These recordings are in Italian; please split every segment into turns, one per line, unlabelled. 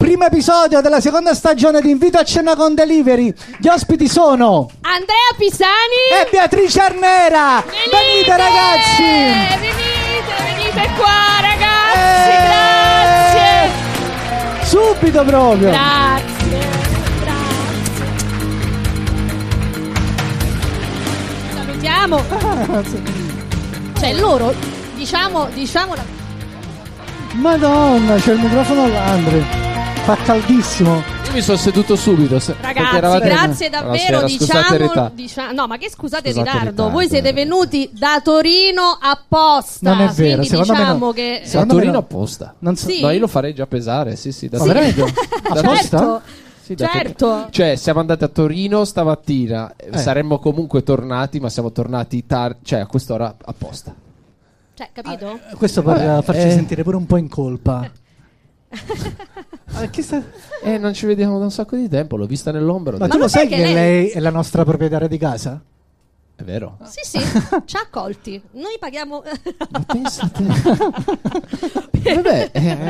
primo episodio della seconda stagione di Invito a cena con Delivery. Gli ospiti sono
Andrea Pisani
e Beatrice Arnera. Eh, Venite, ragazzi!
Venite, venite qua ragazzi,
Eh!
grazie!
Subito proprio.
Grazie, grazie. Salutiamo. Cioè loro, diciamo, diciamo la...
Madonna, c'è il microfono all'andre. Fa caldissimo.
Io mi sono seduto subito. se- perché
Ragazzi,
eravate-
grazie davvero,
Buonasera, scusate il
diciamo,
ritardo.
dicia- No, ma che scusate il
Scusate il
ritardo,
ritardo,
voi siete
eh.
venuti da Torino apposta.
Non è vero,
quindi
secondo me
diciamo
no.
che...
Sì,
Da
Secondo me
Torino
no.
apposta.
Non so.
Sì.
No, io lo farei già pesare. Sì, sì, da
Ma
Torino.
veramente?
certo,
Apposta?
Sì, da Torino.
certo.
Cioè, siamo andati a Torino stamattina. eh,
Eh.
Saremmo comunque tornati, ma siamo tornati tardi, cioè a quest'ora apposta.
Cioè, capito?
Questo per eh, farci
eh.
sentire pure un po' in colpa.
Eh.
E non ci vediamo da un sacco di tempo. L'ho vista nell'ombra. ho
Ma,
detto,
tu
lo
lo
sai
sai
che
che
lei-
lei... è la nostra proprietaria di casa?
È vero.
Sì, sì, ci ha accolti. Noi paghiamo...
Ma pensate. Vabbè, eh,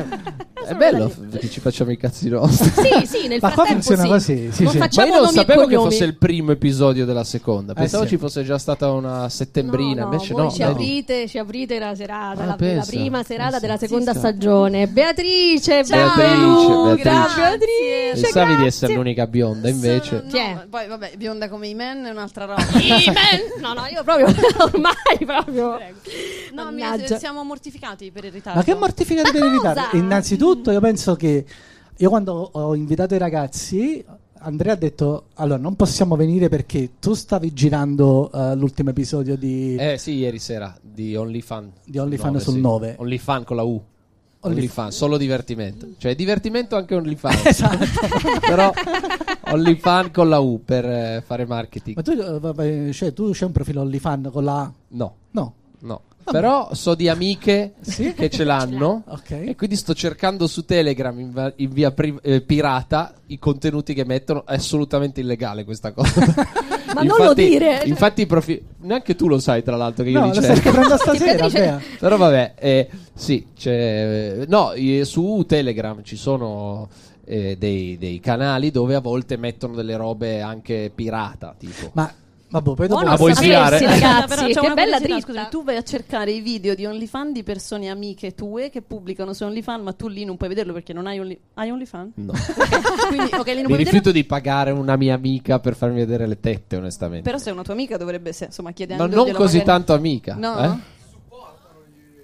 è bello che ci facciamo i cazzi nostri.
sì, sì, nel
Ma qua
frattempo
funziona
sì.
così, sì,
non
sì.
Ma
facciamo
io non
nomi e
sapevo che
cognomi.
fosse il primo episodio della seconda. Pensavo
Eh, sì.
ci fosse già stata una settembrina.
No, no,
invece
voi
no. Eh,
ci,
dai.
aprite, ci aprite la serata,
Ah,
la,
pensa,
la prima serata
pensa.
della seconda stagione. Beatrice,
Ciao.
benvenuta.
Beatrice,
Beatrice.
Pensavi di essere l'unica bionda, invece.
Sono-
Chi è?
no, poi vabbè, bionda come i men è un'altra roba.
Amen. No, no, io proprio ormai proprio.
No, mi-
Mannaggia.
siamo mortificati per il ritardo.
Ma che mortificante per il
cosa?
ritardo. Innanzitutto, io penso che io quando ho invitato i ragazzi, Andrea ha detto: Allora, non possiamo venire perché tu stavi girando eh, l'ultimo episodio di
Eh sì, ieri sera di OnlyFan.
Di OnlyFan sul
sì.
nove.
OnlyFan con la U.
Only-
OnlyFan, solo divertimento. Cioè divertimento anche OnlyFan. esatto. Però OnlyFan con la U per eh, fare marketing.
Ma tu, eh, vabbè, cioè, tu c'è un profilo OnlyFan con la.
No,
No.
no. Però so di amiche che ce l'hanno.
Ok.
E quindi sto cercando su Telegram in, va- in via pri- eh, pirata i contenuti che mettono. È assolutamente illegale questa cosa.
Ma non lo dire.
Infatti, i profi- neanche tu lo sai, tra l'altro, che io
no,
li
lo
cerco.
stai scoprendo stasera.
Beatrice-
Andrea.
Però vabbè, eh, sì, c'è, no, eh, su Telegram ci sono eh, dei, dei canali dove a volte mettono delle robe anche pirata, tipo.
Ma vabbè, poi dopo.
Buono
Ah, vuoi
sapersi,
sfilare?
Aspetta,
ragazzi,
però c'è
che
una
bella
curiosità,
dritta.
scusami, tu vai a cercare i video di OnlyFan di persone amiche tue che pubblicano su OnlyFan, ma tu lì non puoi vederlo perché non hai, Only- hai OnlyFan.
No.
Quindi,
Mi
ok, lì non puoi vederlo.
rifiuto di pagare una mia amica per farmi vedere le tette, onestamente.
Però se è una tua amica dovrebbe, se- insomma,
Ma
chiedendo
non così tanto amica.
No?
eh?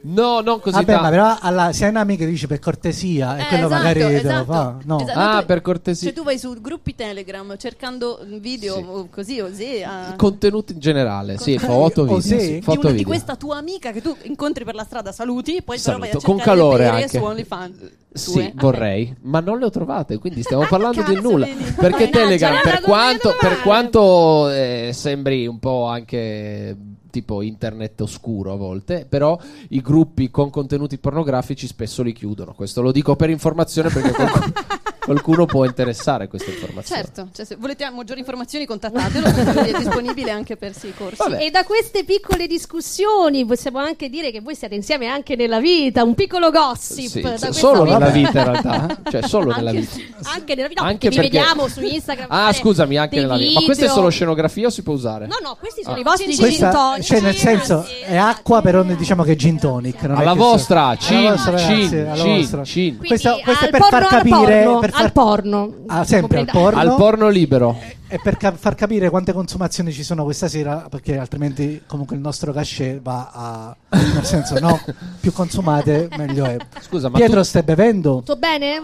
No, non così
Vabbè, ma
tanto.
però alla, se hai un'amica dice per cortesia, e
Eh,
quello
esatto,
magari te lo
esatto.
fa. No.
Esatto.
Ah,
tu-
per cortesia.
Cioè tu vai su gruppi Telegram cercando video
Sì.
o così o sì, a-
Contenuti in generale, sì, foto,
Oh,
video.
sì?
sì,
Di
di,
foto,
una- di
video.
questa tua amica che tu incontri per la strada, saluti, poi però vai a
Saluto, con
cercare
calore
le pere
anche. Eh,
su OnlyFans.
Sì,
Tue.
vorrei, ma non le ho trovate, quindi stiamo parlando di
Cazzo,
nulla.
vedi?
Perché
Mannaggia,
Telegram,
guarda,
per
non mi
quanto,
viene
per
male.
quanto eh, sembri un po' anche tipo internet oscuro a volte, però i gruppi con contenuti pornografici spesso li chiudono. Questo lo dico per informazione perché qualcuno, qualcuno può interessare questa informazione.
Certo, cioè, se volete maggiori informazioni contattatelo, perché è disponibile anche per sì, i corsi.
Vabbè.
E da queste piccole discussioni possiamo anche dire che voi siete insieme anche nella vita, un piccolo gossip.
Sì,
da
cioè,
questa
solo
vita.
nella vita in realtà, cioè solo nella
Anche-
vita.
Anche nella vita, no,
Anche
perché vi
perché-
vediamo su Instagram.
Ah,
fare
scusami, anche
dei
nella vita. Ma questa è
video.
solo scenografia o si può usare?
No, no, questi sono
Ah.
i vostri gin
Questa,
tonic.
cioè, nel senso, è acqua per ogni diciamo che è gin tonic. non è
Alla
che so-
vostra,
Alla
cin,
vostra,
cin,
grazie, alla
cin,
vostra.
cin.
Quindi
Questo- questo
al
è per
porno,
far
al
capire-
porno,
per far-
al porno.
Ah, sempre al
Completa-
porno.
Al porno libero.
E per ca- far capire quante consumazioni ci sono questa sera, perché altrimenti comunque il nostro cachet va a... Nel senso, no, più consumate meglio è.
Scusa, ma
Pietro
tu-
stai bevendo?
Tutto bene?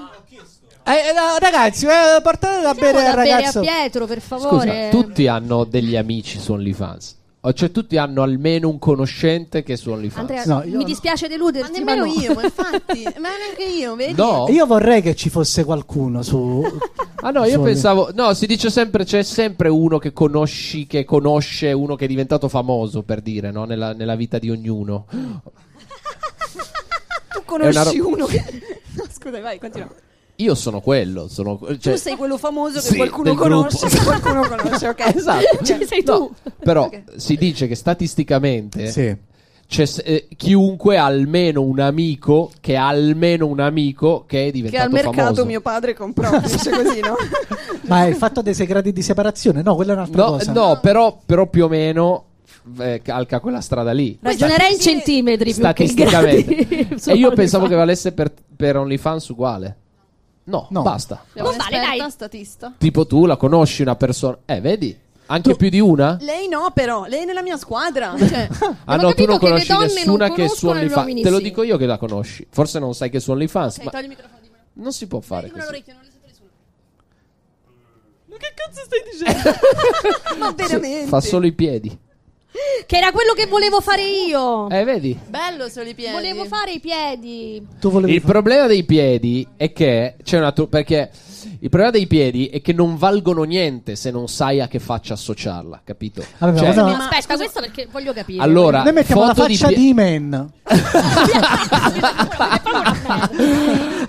Eh, eh, no, ragazzi, eh, portate da
Andiamo
bere al
da bere a
ragazzo.
Pietro, per favore.
Scusa, tutti hanno degli amici su OnlyFans. O cioè, tutti hanno almeno un conoscente che è su OnlyFans.
Andrea,
No, io
mi
no.
dispiace
Ma
deluderti,
nemmeno
no.
io, ma infatti, ma neanche io, vedi?
No?
Io vorrei che ci fosse qualcuno su...
Ah no, io
su-
pensavo... No, si dice sempre... C'è sempre uno che conosci, che conosce uno che è diventato famoso, per dire, no? Nella, nella vita di ognuno.
Tu
È
conosci
una ro-
uno che... No, scusa, vai, continua.
Io sono quello, sono... cioè-
tu sei quello famoso che
Sì,
qualcuno
del
conosce,
gruppo.
che qualcuno conosce, ok?
Esatto.
Cioè, sei
No,
tu.
Però si dice che statisticamente...
Sì.
c'è se- eh, chiunque ha almeno un amico che ha almeno un amico che è
Che
diventato
al mercato
famoso.
mio padre comprò, dice così, no?
Ma è fatto dei segreti di separazione? No, quella è un'altra
No,
cosa.
no, però, però più o meno eh, calca quella strada lì.
Ragionerei in
Sì,
centimetri più che in
Statisticamente.
gradi. diciamo, Su
e io
OnlyFans.
pensavo che valesse per, per OnlyFans uguale. No,
No.
basta.
Abbiamo
Non vale,
un'esperta
dai.
statista.
Tipo tu la conosci una persona. Eh, vedi? Anche più di una?
Lei no, però, lei è nella mia squadra. Cioè,
Ah
Abbiamo
no, tu
capito
non
che le
conosci
donne non
nessuna che è su
conoscono gli
OnlyFans.
uomini,
Te lo
sì. Eh,
dico io che la conosci. Forse non sai che è su OnlyFans,
Ok,
ma
togli il microfono di me.
non si può fare
Dimmelo
così.
all'orecchio, non lo sento nessuno.
ma che cazzo stai dicendo? ma veramente?
Fa solo i piedi.
Che era quello che volevo fare io.
Eh, vedi?
Bello solo i piedi.
Volevo fare i piedi.
Tu volevi
Il
fare-
problema dei piedi è che c'è una tru- perché il problema dei piedi è che non valgono niente se non sai a che faccia associarla, capito?
Vabbè, ma
Cioè,
cosa-
ma
Aspetta,
scusa-
questo perché voglio capire.
allora,
Noi mettiamo la
foto di
faccia di,
pie-
Man.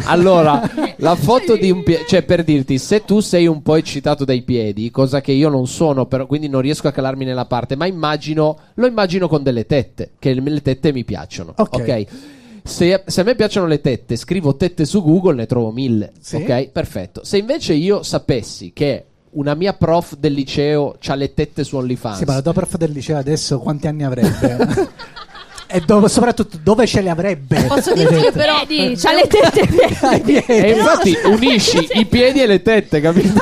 Allora, la foto di un piede, cioè per dirti, se tu sei un po' eccitato dai piedi, cosa che io non sono, però, quindi non riesco a calarmi nella parte, ma immagino, lo immagino con delle tette, che le le tette mi piacciono, ok?
Ok.
Se, se a me piacciono le tette, scrivo tette su Google, ne trovo mille,
Sì.
ok? Perfetto. Se invece io sapessi che una mia prof del liceo ha le tette su OnlyFans,
Sì, ma la tua prof del liceo adesso quanti anni avrebbe? e dove- soprattutto dove ce li avrebbe?
Posso dirti che però
Piedi, c'ha le tette piedi.
Ai piedi.
E infatti unisci i piedi e le tette, capito?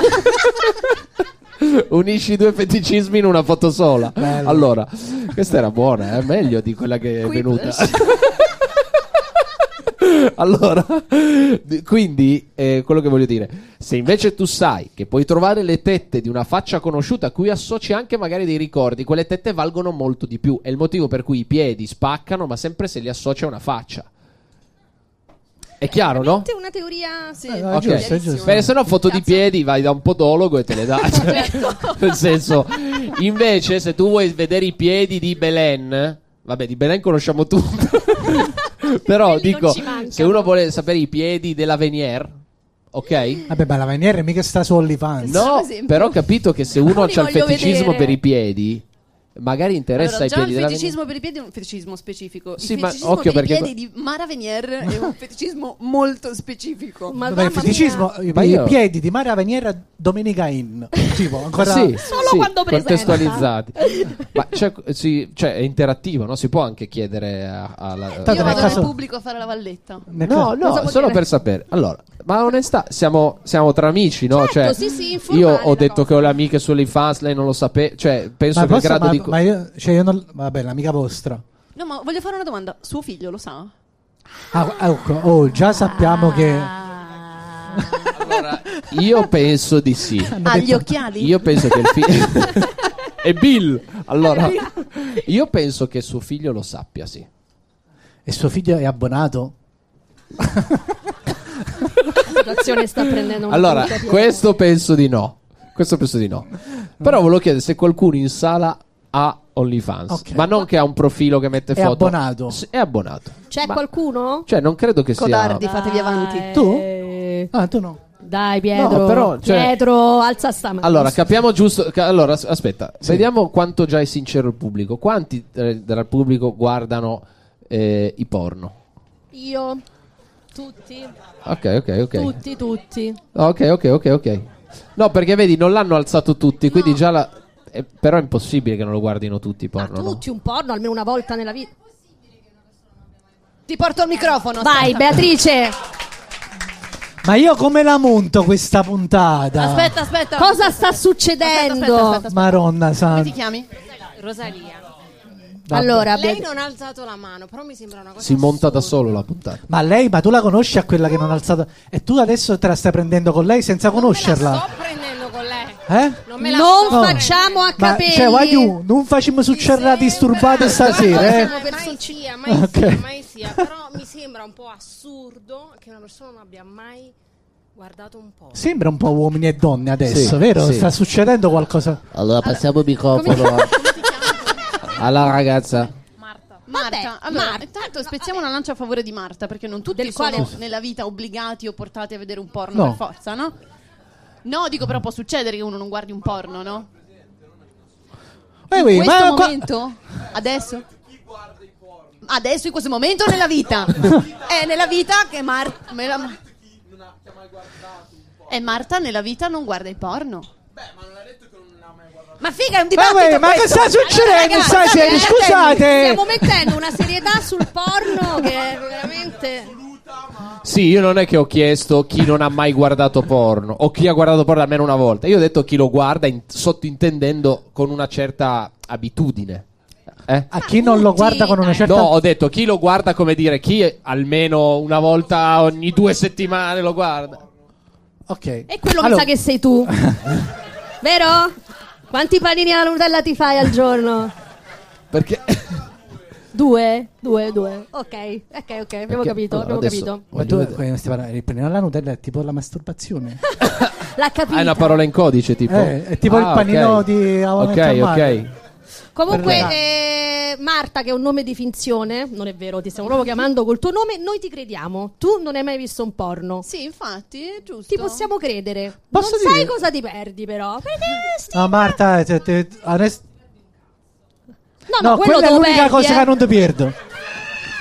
unisci i due feticismi in una foto sola.
Bello.
Allora, questa era buona, è meglio di quella che è venuta. Allora, d- quindi eh, quello che voglio dire, se invece tu sai che puoi trovare le tette di una faccia conosciuta a cui associ anche magari dei ricordi, quelle tette valgono molto di più. È il motivo per cui i piedi spaccano, ma sempre se li associa a una faccia. È chiaro, no?
È una teoria.
Sì.
Eh, no, è
Ok.
giusto, è giusto.
Beh, se no foto di
Cazzo.
piedi vai da un podologo e te le dà. Cioè,
Certo.
nel senso, invece, se tu vuoi vedere i piedi di Belen, vabbè, di Belen conosciamo tutti. Però
Quelli non
dico,
ci mancano.
se uno vuole sapere i piedi della Venier, ok?
Vabbè, ma la Venier mica sta su OnlyFans.
No,
esempio.
però ho capito che se uno ha
Li
il
voglio
feticismo
vedere.
per i piedi, magari interessa
Allora,
ai
già
piedi
il
della
feticismo per i piedi è un feticismo specifico.
Sì,
il
ma
feticismo
occhio
per i
perché-
piedi di Mara Venier è un feticismo molto specifico.
Ma
Vabbè, il feticismo, i,
Ma
i
io-
piedi di Maria Venier Domenica In. Tipo, ancora...
Sì,
Solo
sì,
quando presenta.
contestualizzati. Ma c'è- sì, cioè, è interattivo, no? Si può anche chiedere a- alla...
Tanto
Io
nel
vado
caso-
nel pubblico a fare la valletta.
Nel
No,
caso-
no,
vuol
solo
dire?
per sapere. Allora, ma onestà, siamo, siamo tra amici, no?
Certo, sì,
cioè,
sì, informale
io ho
la
detto
cosa.
che ho le amiche sulle fans, lei non lo sapeva. Cioè, penso
Ma,
che il
posso-
grado
ma-
di. co-
ma io, cioè io non... Vabbè, l'amica vostra.
No, ma voglio fare una domanda. Suo figlio lo sa?
Ah, ecco, oh, già sappiamo che...
Allora, io penso di sì.
Ha gli occhiali?
Io penso che il figlio. È Bill! Allora, io penso che suo figlio lo sappia, sì.
E suo figlio è abbonato?
La situazione sta prendendo un
Allora,
punto pieno.
questo penso di no. Questo penso di no. Però volevo chiedere se qualcuno in sala ha OnlyFans.
Ok.
Ma non che ha un profilo che mette
È
foto.
abbonato.
Sì, È abbonato.
C'è
Ma-
qualcuno?
Cioè, non credo che
Codardi,
sia.
fatevi avanti.
Tu?
Ah, tu no.
Dai, Pietro.
No, però, cioè-
Pietro, alza sta mano.
Allora, capiamo giusto. ca- allora, as- aspetta, vediamo quanto già è sincero il pubblico. Quanti eh, dal pubblico guardano eh, i porno?
Io. Tutti.
Ok, ok, ok.
Tutti, tutti.
Ok, ok, ok, ok. No, perché vedi, non l'hanno alzato tutti, quindi già la. eh, però è impossibile che non lo guardino tutti i
Ma
porno. no?
tutti un porno almeno una volta nella vita.
Ti porto il microfono.
Vai,
aspetta.
Beatrice.
Ma io come la monto questa puntata?
Aspetta, aspetta.
Cosa sta
Aspetta,
succedendo?
aspetta, aspetta, aspetta.
Maronna
Come ti
santa.
chiami?
Rosalia.
Vabbè.
Allora,
Lei
Beat-
non ha alzato la mano, però mi sembra una cosa.
Si monta da
assurda.
solo la puntata.
Ma lei, ma tu la conosci a quella che non ha alzato? E tu adesso te la stai prendendo con lei senza
Non Me la
conoscerla?
sto prendendo con lei.
Eh?
Non me la
non
sto
facciamo a
Ma
capelli.
cioè, guagliù, non facciamo succerrà disturbate
prendendo.
stasera, eh?
Siamo mai sia, mai
Ok.
sia, mai sia. Però mi sembra un po' assurdo che una persona non abbia mai guardato un po'.
Sembra un po' uomini e donne adesso,
Sì,
vero?
sì.
Sta succedendo qualcosa.
Allora, passiamo il microfono alla ragazza.
Marta, eh,
Vabbè,
allora,
Marta.
intanto spezziamo una lancia a favore di Marta perché non tutti
Del
sono
quale-
nella vita obbligati o portati a vedere un porno
No.
per forza, no? No, dico però può succedere che uno non guardi un porno, no?
Eh,
In
oui,
questo
Eh, qua-
momento? Adesso?
adesso in questo momento o nella vita? È nella vita che Marta... E Marta nella vita non guarda i porno. Ma figa, è un dibattito
Ma vabbè, Eh, ma che
questo.
sta succedendo in
Allora,
stasera?
ragazzi,
Scusate!
eh, cioè, Stiamo mettendo una serietà sul porno che è veramente.
Sì, io non è che ho chiesto chi non ha mai guardato porno o chi ha guardato porno almeno una volta. Io ho detto chi lo guarda in- sottintendendo con una certa abitudine. Eh?
A chi non lo guarda con una certa...
No, ho detto chi lo guarda, come dire, chi almeno una volta ogni due settimane lo guarda.
Ok.
E quello
Allora,
mi sa che sei tu. Vero? Quanti panini alla Nutella ti fai al giorno?
Perché?
Due? Due, due. Ok, ok, ok, abbiamo
Perché-
capito, abbiamo
allora, adesso-
capito.
Ma tu eh, stai parlando, riprendendo la Nutella è tipo la masturbazione.
L'ha capito.
Hai Ah, una parola in codice, tipo? Ah,
Eh, è tipo il
ok.
panino di How I Met
Ok,
Your Mother.
ok.
Comunque,
Per la-
eh, Marta, che è un nome di finzione, non è vero, ti stiamo proprio chiamando col tuo nome, noi ti crediamo. Tu non hai mai visto un porno.
Sì, infatti, è giusto.
Ti possiamo credere.
Posso
non sai
dire-
cosa ti perdi, però. Perché sti-
No, Marta, cioè, te- adesso-
ma
no,
quello
quella è
te lo
l'unica
perdi,
cosa
eh.
che non ti perdo.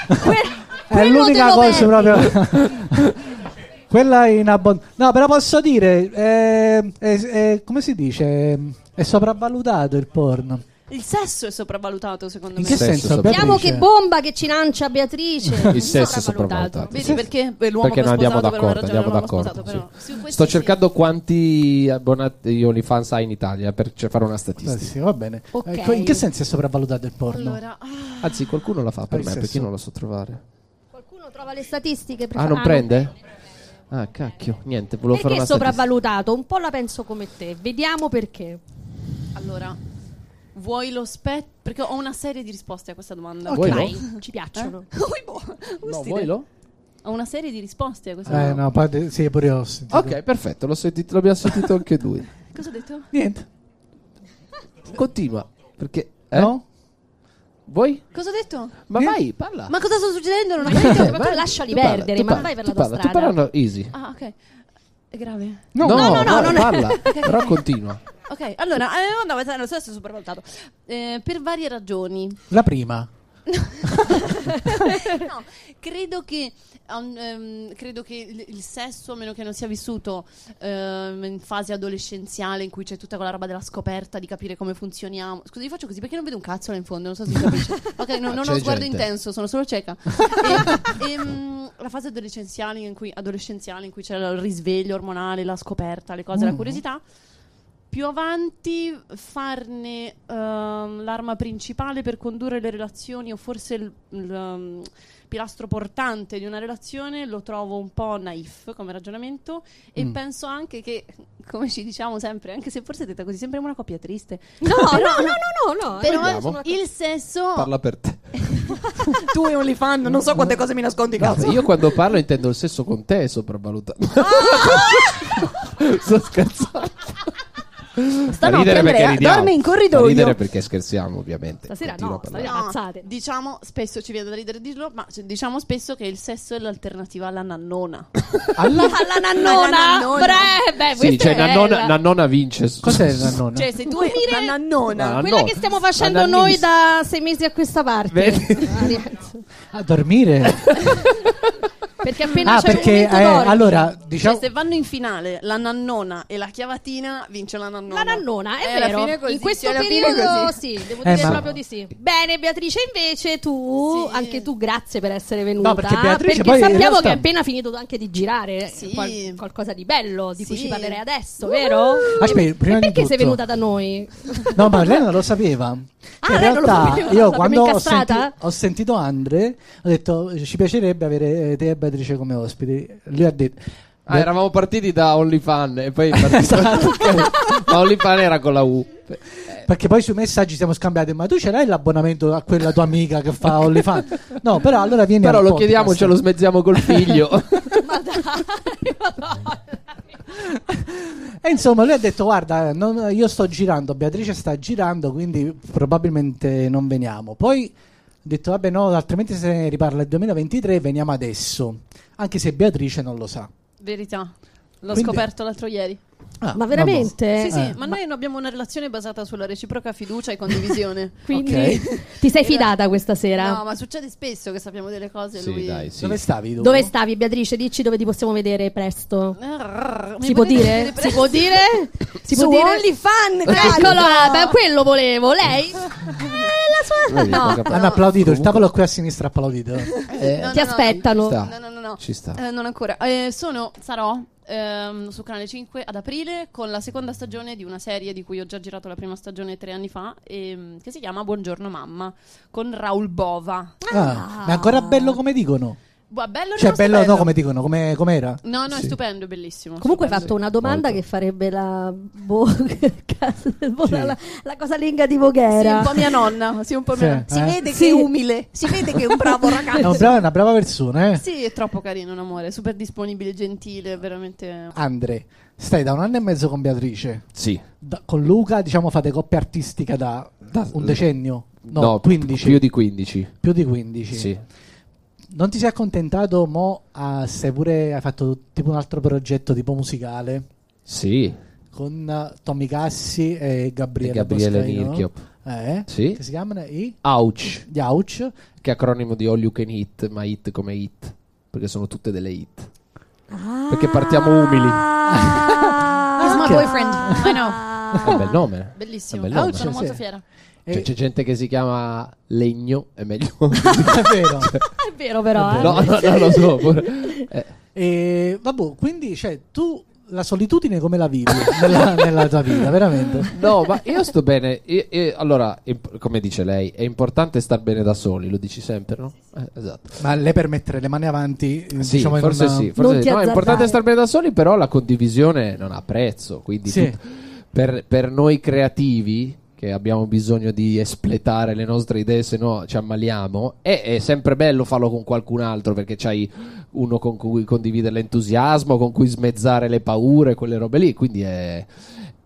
Que-
È
quello te
l'unica
lo
cosa
perdi.
proprio. Quella è in abbondanza. No, però posso dire, eh, è- è- come si dice? È sopravvalutato il porno.
Il sesso è sopravvalutato, secondo
In
me.
che
Sesso
senso?
sopravvalutato.
Beatrice?
Vediamo Diciamo che bomba che ci lancia Beatrice.
Il sesso
Sopravvalutato.
sopravvalutato.
Vedi perché Beh, l'uomo
Perché
che è
non andiamo
sposato per una
d'accordo,
ragione
andiamo
non l'uomo
d'accordo,
sposato, però. Su questo
Sto
sì.
cercando quanti abbonati OnlyFans hai in Italia per cer- fare una
Eh,
statistica.
sì, va bene.
Ok.
Ecco, in che senso è sopravvalutato il porno?
Allora, ah,
Anzi, qualcuno la fa per
Il
me, perché
sesso.
io non la so trovare.
Qualcuno trova le statistiche. per
Ah,
fa-
non prende? Ah, cacchio, niente, volevo fare
Perché
una
è
statistica.
sopravvalutato? Un po' la penso come te. Vediamo perché.
allora, vuoi lo specchio? Perché ho una serie di risposte a questa domanda.
Vuoi lo? Eh,
Dai, ci piacciono.
Vuoi boh?
No,
Ustile.
vuoi lo?
Ho una serie di risposte a questa
Eh,
domanda.
no, poi- sì, pure io ho sentito.
Ok, perfetto, l'ho sentito, l'abbiamo sentito anche lui.
Cosa ho detto?
Niente.
Continua, perché... eh?
No?
Vuoi?
Cosa ho detto?
Ma
Eh?
vai, parla.
Ma cosa sta succedendo? Non ho
Eh.
Ma
capito.
tu
vai,
Cioè, lasciali
tu parla,
perdere,
tu
ma
parla,
vai per
tu
la tua
parla, Tu
strada.
parla no, easy.
Ah, ok. È grave.
No,
no, no,
parla,
no, no.
parla, però continua.
Ok, allora, eh, no, ma lo stesso è sopravvalutato. Eh, per varie ragioni.
La prima.
no, credo che, um, ehm, credo che il, il sesso, a meno che non sia vissuto ehm, in fase adolescenziale, in cui c'è tutta quella roba della scoperta, di capire come funzioniamo. Scusa, vi faccio così perché non vedo un cazzo là in fondo, non so se si capisce. Ok, no,
Ah,
non
c'è
ho sguardo
gente.
intenso, sono solo cieca. E- ehm, la fase adolescenziale in, cui, adolescenziale in cui c'è il risveglio ormonale, la scoperta, le
Mm.
cose, la curiosità. Più avanti farne ehm, l'arma principale per condurre le relazioni o forse il, il, ehm, pilastro portante di una relazione lo trovo un po' naif come ragionamento e penso anche che, come ci diciamo sempre, anche se forse detta così sembriamo una coppia triste,
No, no, no, no, no, no.
però
Vediamo.
il sesso...
Parla per te.
tu e OnlyFans, non so quante cose mi nascondi, cazzo.
Io quando parlo intendo il sesso con te è sopravvalutato. Sto scherzando. Fa
Stanotte,
ridere perché
Andrea,
ridiamo.
dorme in
Fa
corridoio.
ridere perché scherziamo, ovviamente.
Stasera
Continua
no,
a parlare.
stasera cazzate.
Diciamo spesso, ci viene da ridere dirlo, ma cioè, diciamo spesso che il sesso è l'alternativa alla nannona.
Alla...
Alla nannona,
nannona.
bre, beh,
Sì,
questa
cioè
è bella.
nannona, nannona vince.
Cos'è la nonna?
Cioè, se tu
Come
hai
dire-
la nannona.
No,
Quella che stiamo facendo noi
Nannannis.
da sei mesi a questa parte.
Vedi?
Ah, ragazzi.
A dormire?
Perché appena
ah,
c'è
perché...
un momento
eh,
d'orgia-
allora,
Cioè,
diciamo...
se vanno in finale la nannona e la chiavatina, vince la nannona.
La nannona, è
Eh, alla fine
vero.
così,
In questo
cioè, alla fine
periodo
così.
sì, devo
Eh,
dire
ma-
proprio di sì. Bene, Beatrice, invece tu,
Sì.
anche tu, grazie per essere venuta.
No, perché Beatrice
perché
poi in
sappiamo
realtà-
che hai appena finito anche di girare eh,
Sì.
qual- qualcosa di bello, di cui
Sì.
ci parlerei adesso, vero?
Aspetta, Ah, prima
e
di
perché sei
tutto-
venuta da noi?
No, ma lei non lo sapeva.
Ah,
in
lei non lo
realtà
sapeva,
io
l'abbiamo
quando ho,
incastrata?
senti- ho sentito Andre, ho detto ci piacerebbe avere eh, te e Beatrice come ospiti. Lui ha detto...
Ah, eravamo partiti da OnlyFan e poi
Esatto.
partito... ma OnlyFan era con la U.
Perché poi sui messaggi siamo scambiati, ma tu ce l'hai l'abbonamento a quella tua amica che fa OnlyFans? No, però allora vieni
Però
al
lo
podcast.
chiediamo, ce lo smezziamo col figlio.
ma dai, madonna.
E insomma, lui ha detto: Guarda, non- io sto girando, Beatrice sta girando, quindi probabilmente non veniamo. Poi ho detto: Vabbè, no, altrimenti se ne riparla il 2023, veniamo adesso. Anche se Beatrice non lo sa.
Verità. L'ho
Quindi-
scoperto l'altro ieri.
Ah,
Ma veramente?
Sì, sì,
Eh,
ma, noi abbiamo una relazione basata sulla reciproca fiducia e condivisione.
Quindi
Ok.
ti sei fidata questa sera?
No, ma succede spesso che sappiamo delle cose e
Sì,
lui...
dai, sì.
Dove stavi tu?
Dove stavi, Beatrice? Dici dove ti possiamo vedere presto.
Arrrr, mi
Si può
potete
dire?
pre-
Si può dire? Si può
Su
dire?
OnlyFan,
Eccolo
cazzo!
là, beh, quello volevo. Lei? Eh, la sua...
Vedi, poca
No,
parola.
Hanno applaudito, il tavolo qui a sinistra ha applaudito.
Eh,
No,
ti
no,
aspettano.
sta.
No, no, no, no.
Ci sta.
Eh, non ancora. Eh, sono, sarò ehm, su Canale 5 ad aprile con la seconda stagione di una serie di cui ho già girato la prima stagione tre anni fa, ehm, che si chiama Buongiorno Mamma, con Raul Bova.
Ah, ma è ancora bello come dicono.
Buah, bello
Cioè,
rimasto
bello, no, come dicono, come, com'era?
No, no, è
Sì.
stupendo, è bellissimo.
Comunque hai
stupendo.
fatto una domanda
Molto.
che farebbe la... boh, cazzo, la, la casalinga di Voghera.
Sì, un po' mia nonna, sì, un po' mia
Sì.
nonna.
Si
Eh?
vede
Sì.
che è umile, si vede che è un bravo
È
ragazzo.
un bravo- una brava persona, eh?
Sì, è troppo carino, un amore, super disponibile, gentile, veramente.
Andre, stai da un anno e mezzo con Beatrice.
Sì.
Da- con Luca, diciamo, fate coppia artistica da, un decennio? No,
No,
15.
più di 15.
più di 15.
Sì.
Non ti sei accontentato, mo, a, se pure hai fatto tipo un altro progetto tipo musicale
Sì.
con eh, Tommy Cassi e Gabriele,
E Gabriele
Boscaino,
Nirchiop.
Eh?
Sì.
Che si chiamano i
Ouch,
gli Ouch.
che è acronimo di All You Can Hit, ma hit come hit, perché sono tutte delle hit.
Ah.
Ah. Perché partiamo umili.
He's my
Ok.
boyfriend.
I know.
Ah.
È un bel nome.
Bellissimo.
È un bel nome.
sono
Sì.
molto fiera.
E-
Cioè, c'è gente che si chiama Legno, è meglio. cioè,
è vero.
È vero però, eh.
no, no, no, lo so. pure. Eh,
E vabbè, quindi cioè, tu la solitudine come la vivi nella, nella tua vita, veramente?
No, ma io sto bene. E- e- allora, imp- come dice lei, è importante star bene da soli, lo dici sempre, no? Eh, esatto.
Ma le per mettere le mani avanti, eh,
Sì,
diciamo in
forse
una-
sì. forse
Non
sì.
ti
No, è importante
azzardare.
star bene da soli, però la condivisione non ha prezzo. Quindi
Sì.
tut- per, per noi creativi, che abbiamo bisogno di espletare le nostre idee, se no ci ammaliamo, è, è sempre bello farlo con qualcun altro perché c'hai uno con cui condividere l'entusiasmo, con cui smezzare le paure, quelle robe lì. Quindi è.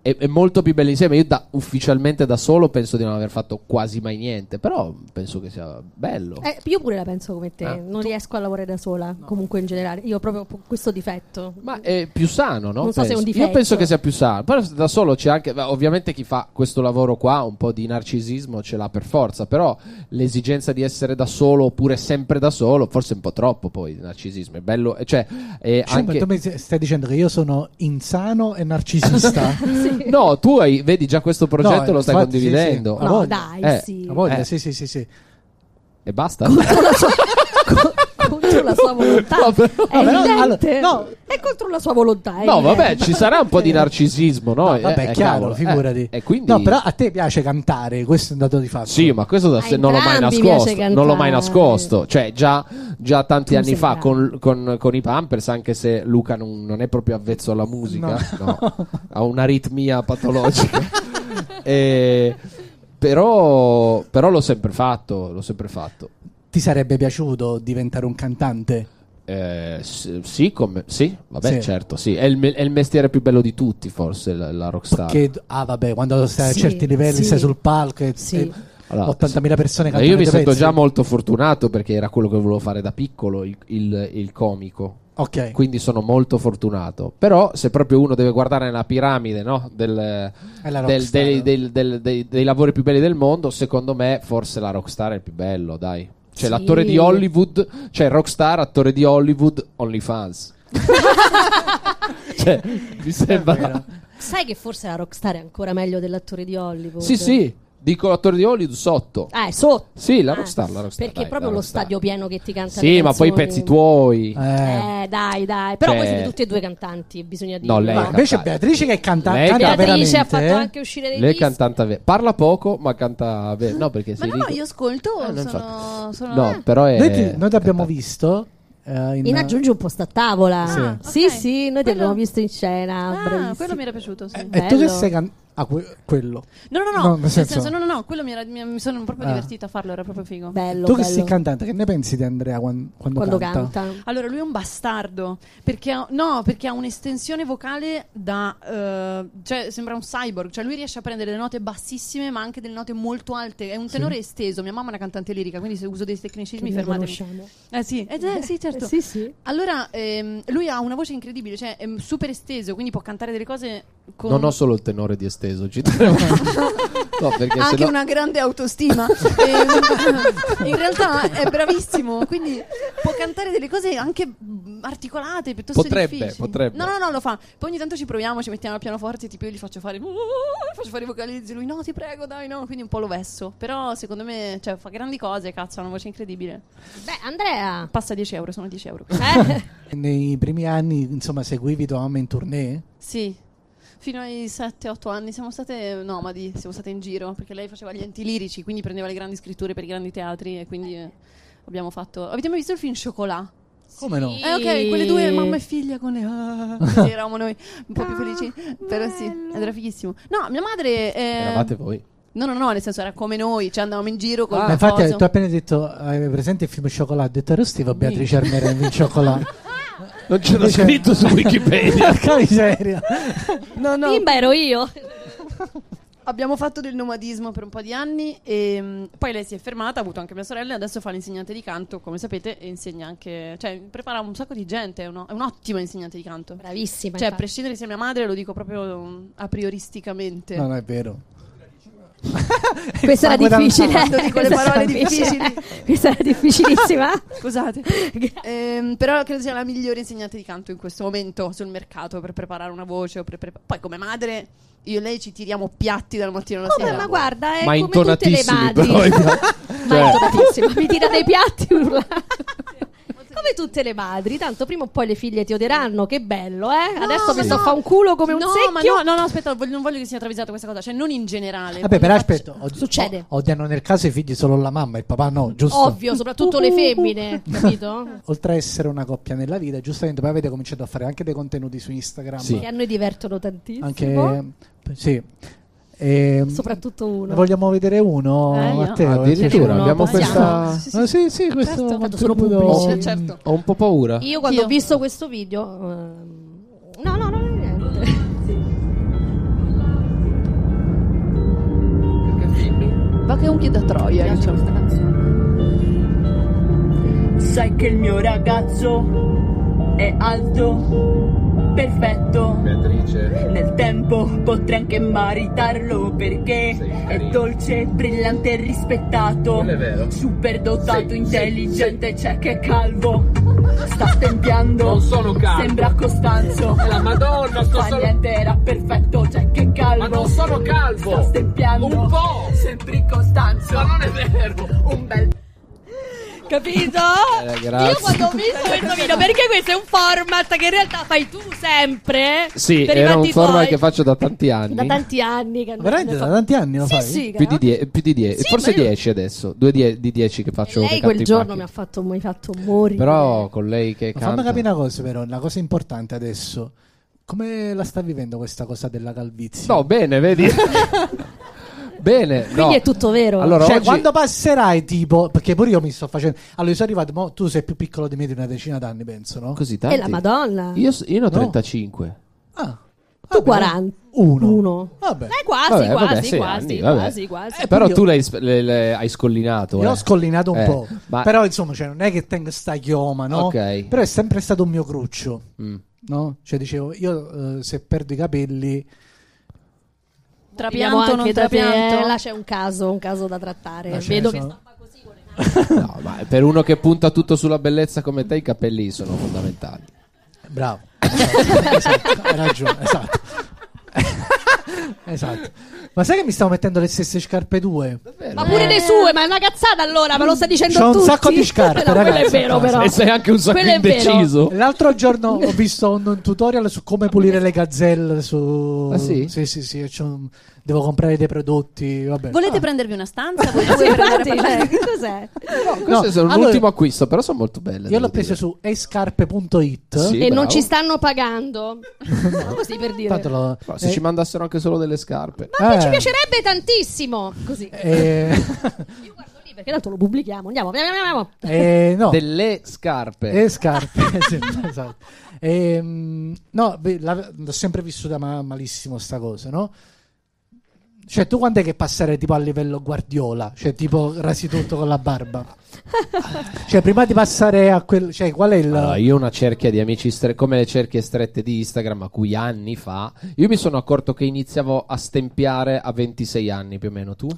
è- è molto più bello insieme. Io da- ufficialmente da solo penso di non aver fatto quasi mai niente, però penso che sia bello.
Eh, io pure la penso come te,
Ah.
non riesco a lavorare da sola, comunque in generale. Io ho proprio po- questo difetto.
Ma è più sano, no?
Non so se è un
Penso.
difetto.
Io penso che sia più sano. Però da solo c'è anche. beh, Ovviamente chi fa questo lavoro qua un po' di narcisismo ce l'ha per forza. Però l'esigenza di essere da solo oppure sempre da solo, forse è un po' troppo poi il narcisismo. È bello. eh, Cioè, è
Cioè, ma
anche.
tu mi s- stai dicendo che io sono insano e narcisista?
No, tu hai, vedi già questo progetto
No,
lo stai
infatti,
condividendo.
sì, sì.
no,
Ah, voglio.
dai,
Eh,
sì.
La voglia,
Eh.
sì, sì, sì, sì.
E basta.
contro la sua volontà.
No, però-
è
no, però,
evidente.
allora, no.
È contro la sua volontà. è
No, vabbè,
evidente.
ci sarà un po' di narcisismo, no?
No, vabbè,
Eh,
è chiaro,
cavolo, eh,
figurati.
E quindi.
No, però a te piace cantare, questo è un dato di fatto.
Sì, ma questo da
A
se non l'ho mai
entrambi piace
nascosto. Non l'ho
cantare.
mai nascosto. Cioè, già, già tanti
Tu
anni
sei
fa
bravo.
con, con- con i Pampers, anche se Luca non, non è proprio avvezzo alla musica,
No.
no, ha un'aritmia patologica. E- però, però l'ho sempre fatto. L'ho sempre fatto.
Ti sarebbe piaciuto diventare un cantante?
Eh, s- sì, come- sì, vabbè,
Sì.
certo, sì. È il, me- è il mestiere più bello di tutti, forse, la, la rockstar.
Che, ah, vabbè, quando stai
Sì,
a certi livelli,
sì.
stai sul palco e,
Sì.
e
Allora,
80.000 persone
Ma
cantano.
io mi
i tuoi
sento
pezzi.
già molto fortunato perché era quello che volevo fare da piccolo, il- il- il comico.
Ok.
quindi sono molto fortunato. Però se proprio uno deve guardare la piramide no? Del-
È la
del-
rockstar.
del- del- del- dei, dei lavori più belli del mondo, secondo me forse la rockstar è il più bello, dai. Cioè
Sì.
l'attore di Hollywood, cioè rockstar, attore di Hollywood, OnlyFans. cioè, mi sembra...
Sai che forse la rockstar è ancora meglio dell'attore di Hollywood.
Sì, sì, dico l'attore di Hollywood sotto.
Ah, è sotto.
Sì, la
Ah,
rockstar, la rockstar.
Perché
dai,
proprio
la
lo
rockstar.
stadio pieno che ti canta
Sì,
le
ma poi i
canzoni.
pezzi tuoi.
Eh.
Eh, dai, dai. Però
Cioè-
voi siete tutti e due cantanti, bisogna dire.
No, lei
Ma
è
invece
cantante.
Beatrice che canta,
Lei
canta
Beatrice
veramente.
ha fatto
eh?
anche uscire dei
Lei
dischi.
cantante ve- Parla poco, ma canta bene. No, perché
Ma
sei
no,
ricco.
no, io ascolto,
Ah,
Eh, non
sono...
so.
sono- Ah,
Ah.
No, però è.
Noi ti, noi ti abbiamo
cantante.
visto eh, in,
In aggiungi un posto a tavola. Sì,
Ah,
sì,
ok.
noi ti
Quello-
abbiamo visto in scena.
Ah,
bravissimi.
quello mi era piaciuto, sì.
Eh, E tu che
Bello.
sei can- Ah, que- quello.
No, no, no,
No, nel
nel
senso-
senso, no, no, no, quello mi, era- mi- mi sono proprio
Ah.
divertita a farlo, era proprio figo.
Bello,
tu che
bello.
sei cantante, che ne pensi di Andrea quan- quando,
quando canta.
Allora, lui è un bastardo, perché ha, no, perché ha un'estensione vocale da... eh, cioè, sembra un cyborg, cioè lui riesce a prendere le note bassissime, ma anche delle note molto alte, è un tenore esteso, mia mamma è una cantante lirica, quindi se uso dei tecnicismi
Che noi
fermatemi.
conosciamo.
Eh sì, eh, eh, sì, certo.
Sì, sì.
Allora, ehm, lui ha una voce incredibile, cioè è super esteso, quindi può cantare delle cose con-
Non ho solo il tenore di esteso, ci tenevo. no, perché
anche
sennò-
una grande autostima. Ehm, in realtà è bravissimo, quindi
può cantare delle cose anche mm, articolate, piuttosto
Potrebbe,
difficili.
potrebbe.
No, no, no, lo fa. Poi ogni tanto ci proviamo, ci mettiamo al pianoforte, tipo io gli faccio fare faccio fare i vocalizzi, lui no, ti prego, dai, no, quindi un po' lo vesso. Però secondo me, cioè, fa grandi cose, cazzo, ha una voce incredibile.
Beh, Andrea.
Passa 10 euro, sono 10 euro.
Eh?
Nei primi anni, insomma, seguivi tua mamma in tournée?
Sì. Fino ai 7-8 anni siamo state nomadi, siamo state in giro perché lei faceva gli enti lirici, quindi prendeva le grandi scritture per i grandi teatri e quindi eh, abbiamo fatto... Avete mai visto il film Chocolat?
Come no?
Sì.
Eh ok, quelle due, mamma e figlia con le... ah, così eravamo noi un po' più felici, però sì, ed era fighissimo. No, mia madre... eh,
Eravate voi.
No, no, no, nel senso era come noi, cioè andavamo in giro con...
Ma Ah, infatti, tu hai appena detto, hai presente il film Cioccolato? Ho detto, Rostivo Beatrice Armera in Cioccolato.
Non c'era
Invece-
scritto su Wikipedia.
Porca miseria.
No, no,
Bimba ero io.
Abbiamo fatto del nomadismo per un po' di anni e mm, poi lei si è fermata, ha avuto anche mia sorella e adesso fa l'insegnante di canto, come sapete, e insegna anche, cioè prepara un sacco di gente, è, uno- è un'ottima insegnante di canto.
Bravissima.
Cioè, a
infatti.
prescindere sia mia madre, lo dico proprio mm, a prioristicamente.
Non è vero.
Questa era
Ma guarda,
difficile.
non
so, dico le
Questa
parole
era difficile.
difficili.
Questa era difficilissima.
Scusate. Ehm, però credo sia la migliore insegnante di canto in questo momento sul mercato per preparare una voce. o per prepa- poi come madre, io e lei ci tiriamo piatti dal mattino alla
Come,
sera.
ma guarda, è
ma
come tutte le
intonatissimi,
madri.
però.
Ma
Cioè-
intonatissima, mi tira dei piatti urla. Come tutte le madri, tanto prima o poi le figlie ti odieranno, che bello, eh? Adesso mi
no.
sto a fa un culo come un
no,
secchio.
ma no, no, no, aspetta, voglio- non voglio che sia travisata questa cosa, cioè non in generale.
Vabbè, però
Voglio
aspetta, od-
Succede.
o- odiano nel caso i figli solo la mamma, il papà no, giusto?
Ovvio, soprattutto le femmine, capito?
Oltre a essere una coppia nella vita, giustamente poi avete cominciato a fare anche dei contenuti su Instagram.
Sì.
Che a noi divertono tantissimo.
Anche sì. E-
Soprattutto uno.
Ne vogliamo vedere uno,
Eh, io-
Matteo?
Ah, addirittura,
Sì,
abbiamo
questa.
Possiamo? Sì, sì,
No, Eh, sì, sì, questo
Certo, tanto sono
contenuto-
pubblici,
Mm,
certo.
Ho un po' paura.
Io quando
Io.
ho visto questo video... ehm, No, no, no, no, niente.
Va che unghie da troia, diciamo.
Sai che il mio ragazzo è alto, perfetto. Nel tempo potrei anche maritarlo perché è dolce, brillante e rispettato. Super dotato, intelligente, c'è che è calvo. Sta stempiando. Non sono calvo. Sembra Costanzo. la Madonna, sto solo... niente, era perfetto, c'è che è calvo. Ma non sono calvo. Sta stempiando. Un po'. Sembri Costanzo. Ma non è vero. Un bel
Capito?
Eh, grazie.
Io quando ho visto questo video, perché questo è un format che in realtà fai tu sempre.
Sì,
per i
era un
fatti
format
tuoi.
che faccio da tanti anni.
da tanti anni. Che
Veramente da tanti anni lo
Sì,
fai?
sì,
Più
cara.
di 10, più di die-
Sì,
forse
ma io-
10 adesso. Due die- di 10 che faccio.
Lei
recap
quel
in
giorno mi
macchina.
ha fatto, mi ha fatto morire.
Però con lei che
Ma
canta.
fammi capire una cosa, però, una cosa importante adesso. Come la sta vivendo questa cosa della calvizie?
No, bene, vedi. bene.
Quindi
no.
è tutto vero.
Allora,
cioè,
oggi-
quando passerai, tipo, perché pure io mi sto facendo. Allora, io sono arrivato, mo, tu sei più piccolo di me di una decina d'anni, penso, no?
Così
E
tanti.
la Madonna.
Io, s- io ne ho
No.
35.
Ah,
tu
vabbè,
41.
Uno.
Uno.
Vabbè.
Eh, quasi,
Vabbè,
quasi,
vabbè, sei
quasi,
anni, vabbè.
quasi, quasi.
Eh,
Però
io-
tu le hai, sp- le- le hai scollinato.
Io
eh.
ho scollinato un
Eh,
po',
Ma...
però insomma, cioè, non è che tengo sta chioma, no?
Ok.
Però è sempre stato un mio cruccio,
Mm.
no? Cioè, dicevo, io eh, se perdo i capelli,
Abbiamo
Trapianto, non
anche da te,
trapianto.
eh, là c'è un caso, un caso da trattare.
Ah, ce ne
Eh, Vedo che
sono.
sta così con le mani.
No, ma per uno che punta tutto sulla bellezza come te, i capelli sono fondamentali.
bravo, Esatto, esatto, hai ragione, esatto. esatto. Ma sai che mi stavo mettendo le stesse scarpe due?
Ma pure le sue, ma è una cazzata allora, me lo sta dicendo
C'ho
a
un
tutti.
sacco di scarpe,
No, quello è
ragazzi, a
vero
casa.
però.
E sei anche un sacco
Quello è vero.
indeciso.
L'altro giorno ho visto un, un tutorial su come pulire le gazzelle. Su...
Ah, sì?
Sì, sì, sì, c'ho un- Devo comprare dei prodotti. Vabbè.
Volete
Ah.
prendervi una stanza? Volete
Sì,
prendere-
infatti, cioè, che cos'è?
Questo
No,
è un
allora-
ultimo acquisto, però sono molto belle.
Io
devo
l'ho preso
dire.
su escarpe.it.
Sì,
e non
bravo.
ci stanno pagando. Così per dire.
Tanto lo-
Ma Se
eh,
ci mandassero anche solo delle scarpe.
Ma a me
Eh.
ci piacerebbe tantissimo. Così.
eh,
Io guardo lì perché tanto lo pubblichiamo. Andiamo, andiamo, andiamo. andiamo.
eh, no.
Delle scarpe.
E scarpe, Eh, sì, esatto. Ehm, no, beh, la- l'ho sempre vissuta ma- malissimo sta cosa, no? Cioè, tu quando è che passerai tipo a livello Guardiola? Cioè, tipo rasi tutto con la barba? cioè, prima di passare a quel... Cioè, qual è il...
Allora, io ho una cerchia di amici stre- come le cerchie strette di Instagram a cui anni fa io mi sono accorto che iniziavo a stempiare a 26 anni più o meno tu?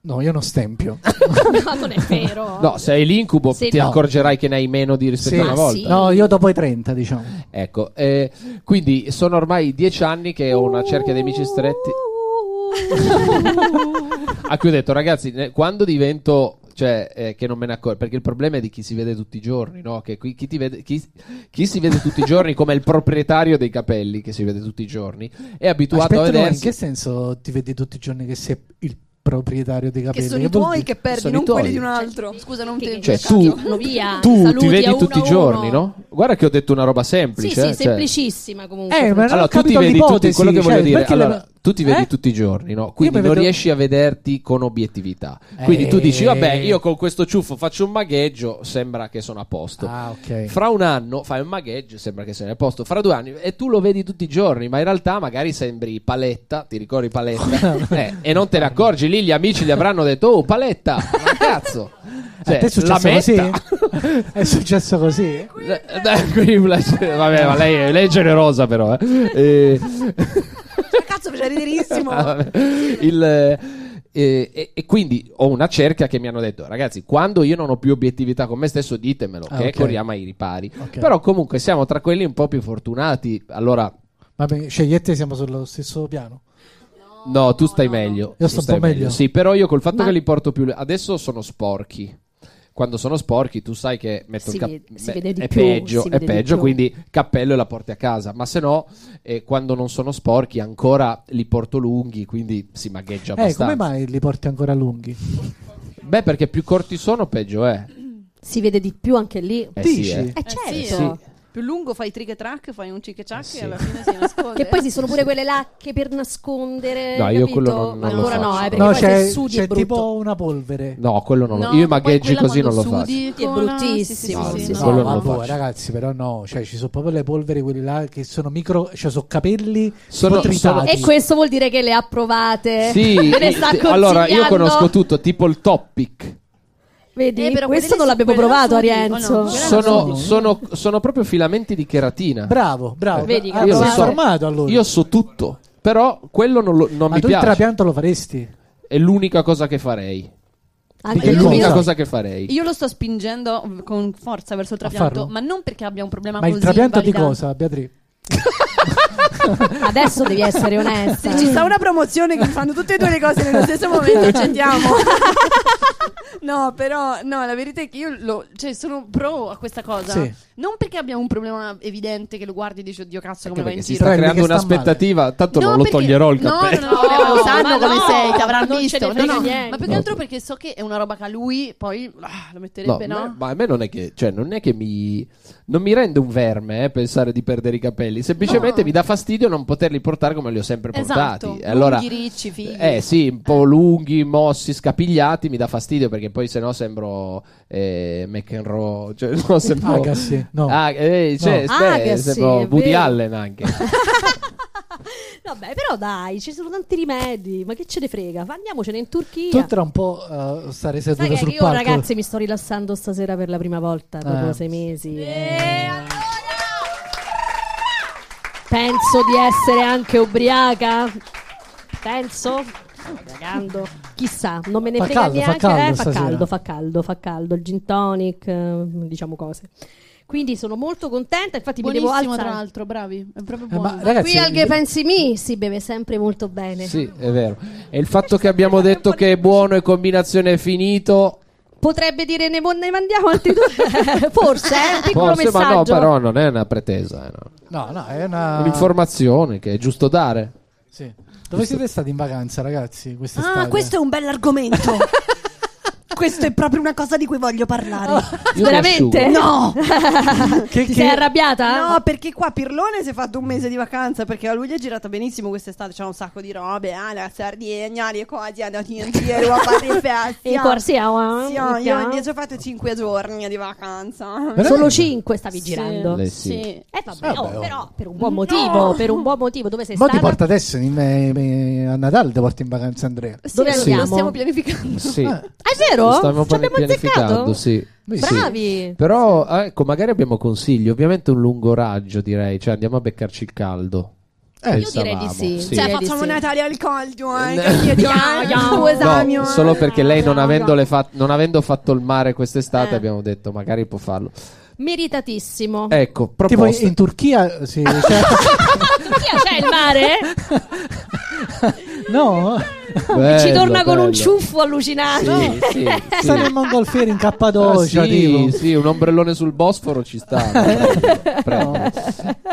No, io non stempio.
No, non è vero.
No, sei l'incubo
Sì,
ti
no.
accorgerai che ne hai meno di rispetto
Sì.
a una
Ah,
volta.
sì.
No, io dopo i 30, diciamo.
Ecco, eh, quindi sono ormai dieci anni che ho una cerchia di amici stretti a cui ho detto ragazzi ne- quando divento cioè eh, che non me ne accorgo perché il problema è di chi si vede tutti i giorni no? che qui, chi, ti vede- chi- chi si vede tutti i giorni come il proprietario dei capelli che si vede tutti i giorni è abituato
Aspetta,
a
no, in
vedersi
che senso ti vedi tutti i giorni che sei il proprietario dei
Che
capelli?
sono i
vuol
tuoi
dire?
che perdi,
Sono i
non
tuoi.
quelli di un altro.
Cioè,
Scusa, non
che-
te
Cioè,
a
tu-
caso.
Vanno via.
tu
saluti
ti vedi
a
tutti i
uno a
giorni
uno.
no? guarda che ho detto una roba
Sì,
semplice
sì,
eh, cioè-
semplicissima comunque.
Eh, ma non
allora,
ho
tu ti
capito
vedi tutti,
l'ipotesi,
quello che
cioè,
voglio dire,
perché le-
allora, tu ti vedi
Eh?
tutti i giorni, no? Quindi
mi
non
vedo-
riesci a vederti con obiettività. Quindi tu dici,
Eh.
vabbè, io con questo ciuffo faccio un magheggio, sembra che sono a posto.
Ah, ok.
Fra un anno fai un magheggio, sembra che sei a posto. Fra due anni e tu lo vedi tutti i giorni, ma in realtà magari sembri paletta, ti ricordi paletta? Eh, e non te ne accorgi. Lì gli amici gli avranno detto, oh, paletta, ma cazzo.
A te Cioè, è successo
cioè, la
così?
metta.
è successo così?
Eh, eh, qui, Vabbè, ma lei, lei è generosa, però. eh. Eh,
Cazzo, faceva riderissimo.
Ah, vabbè. Il, eh, eh, e, e quindi ho una cerchia che mi hanno detto, ragazzi, quando io non ho più obiettività con me stesso, ditemelo,
Ah,
che
ok.
corriamo ai ripari.
Ok.
Però comunque siamo tra quelli un po' più fortunati. Allora,
Vabbè, cioè io e te siamo sullo stesso piano.
no, tu stai meglio.
Io
tu
sto un
stai
po' meglio.
Sì, però io col fatto
Ma-
che li porto più... Adesso sono sporchi. Quando sono sporchi, tu sai che metto
Si
il cap-
vede- si
beh,
vede di
è
più,
peggio,
si
è
vede di
peggio
più.
quindi cappello e la porti a casa. Ma se no, eh, quando non sono sporchi, ancora li porto lunghi, quindi si magheggia
Eh,
abbastanza.
come mai li porti ancora lunghi?
Beh, perché più corti sono, peggio è.
Si vede di più anche lì.
Eh
Dici?
sì, eh.
Eh,
Eh, sì,
certo.
Più lungo fai trick e track, fai un cic e ciac
sì.
e alla fine si nasconde.
Che poi ci sono pure quelle lacche per nascondere.
No, io
capito?
quello non-
Ma
non lo
allora
faccio.
no, eh, perché
no,
poi
c'è,
se sudi
c'è
è brutto.
tipo una polvere.
No, quello non lo...
No,
Io i
poi
magheggi
quella
così non
quando
lo faccio.
sudi
Sì, è
con la-
bruttissimo,
sì, sì,
sì,
sì,
sì.
no.
No,
Quello non lo
vabbè,
faccio.
ragazzi, però no, cioè ci sono proprio le polvere quelli là che sono micro, cioè sono capelli
Sono- sono-
sottoritati.
E questo vuol dire che le ha provate.
Sì,
Me ne sta
eh, allora io
consigliando.
conosco tutto, tipo il topic.
Vedi,
Eh, però
questo
quelle
non
sì,
l'abbiamo
quelle
provato,
sudi.
Arienzo.
Oh, no, Quella
Sono,
non so.
sono, sono proprio filamenti di cheratina. Cioè,
Bravo,
Eh,
bravo.
Vedi che
ah,
lo
sei
so.
informato allora.
Io so tutto, però quello non, lo- non
Ma
mi
tu
piace.
il trapianto lo faresti?
È l'unica cosa che farei.
Anche
È
Che
lui.
l'unica
cosa?
cosa che farei.
Io lo sto spingendo con forza verso il
A
trapianto,
farlo?
ma non perché abbia un problema
Ma
così
il trapianto di
invalidante.
cosa, Beatrice?
Adesso devi essere onesta.
Se ci sta una promozione che fanno tutte e due le cose nello stesso momento, accendiamo.
No, però, no, la verità è che io lo- cioè, sono pro a questa cosa.
Sì.
Non perché abbia un problema evidente che lo guardi e dici, oddio cazzo,
Anche
come va in
perché si
giro.
sta
Prendi
creando
che sta
un'aspettativa, tanto
No,
non lo
perché-
toglierò il
no,
cappello.
No, no, no,
No,
sanno
ma
come
no,
sei, ti avranno
non ce
visto.
ne
No,
frega
no,
niente.
ma più che
No.
altro perché so che è una roba che a lui poi ah, lo
No,
metterebbe,
ma-
no?
ma a me non è che, cioè, non è che mi. Non mi rende un verme eh, pensare di perdere i capelli. Semplicemente
No.
mi dà fastidio non poterli portare come li ho sempre portati.
Esatto,
E allora,
lunghi, ricci, fighi.
Eh sì, un po' lunghi, mossi, scapigliati, mi dà fastidio perché poi se no sembro eh, McEnroe. Cioè, no, sembro...
Agassi, no.
Ah, eh, cioè,
No.
beh,
Agassi,
sembro
è
Woody
vero.
Allen anche.
Vabbè, però dai, ci sono tanti rimedi. Ma che ce ne frega? Andiamocene in
Tu
Turchia.
tra un po' eh, stare
Sai
seduto
che
sul
io,
palco.
ragazzi, mi sto rilassando stasera per la prima volta dopo
Eh.
sei mesi. Eh. Penso di essere anche ubriaca. Penso. Sto Ubriacando. Chissà, non me ne
Fa
frega
caldo, fa
neanche.
caldo
eh, fa
stasera.
caldo, fa caldo, fa caldo. Il gin tonic, eh, diciamo cose. Quindi sono molto contenta. Infatti, mi devo
Buonissimo, tra
alzare.
l'altro, bravi. È proprio
Eh,
buono.
ma ragazzi,
Qui al Che Pensi Mi si beve sempre molto bene.
sì, è vero. E il fatto che abbiamo detto che è buono e combinazione è finito.
Potrebbe dire ne, mon- ne mandiamo altri due. Forse, eh, un piccolo
Forse, ma no,
messaggio.
però non è una pretesa. eh, no.
no, no, è una
Un'informazione che è giusto dare.
Sì. Dove siete stati in vacanza, ragazzi? Quest'estate?
Ah, questo è un bell'argomento.
Questo è proprio una cosa di cui voglio parlare.
Io mi
Ah, Veramente?
asciugo.
No!
Che-
Ti
che-
sei arrabbiata?
No, perché qua Pirlone si è fatto un mese di vacanza perché a lui è girata benissimo quest'estate, c'è un sacco di robe, ah, la Sardegna, le cose, andati in giro a fare i festi.
E eh,
ah.
corsi a un-
Sì, ah, io ho ho fatto 5 giorni di vacanza.
Solo 5 stavi girando.
Lei sì.
sì.
Eh vabbè,
Sì,
oh,
vabbè, oh.
però per un buon motivo, per un buon motivo dove sei
Ma ti
stata?
porta adesso in- eh, eh, a Natale, ti porti in vacanza Andrea.
Dove
lo-
andiamo?
Lo stiamo pianificando.
Sì.
Ah, è vero?
Stavamo
Ci abbiamo
pianificando,
azzeccato?
sì. Sì.
Bravi.
Però ecco, magari abbiamo consigli, ovviamente un lungo raggio direi, cioè andiamo a beccarci il caldo.
Eh,
Io direi di sì.
Pensavamo,
Cioè,
Eh,
Vedi,
facciamo
sì.
Natale al coldo, eh, che chiedo,
Yeah,
eh,
yeah.
tu esami,
No,
eh.
solo perché lei non, avendole fat- non avendo fatto il mare
Eh.
quest'estate abbiamo detto magari può farlo.
Meritatissimo.
Ecco,
Tipo
proposte.
in Turchia sì, cioè-
Turchia c'è il mare?
no,
Bello,
Ci torna con un
bello.
ciuffo Eh. allucinante.
Sì, sì, sì.
stare in mongolfiere in
Ah,
Cappadocia, tipo.
sì, sì, un ombrellone sul Bosforo ci sta. Prego.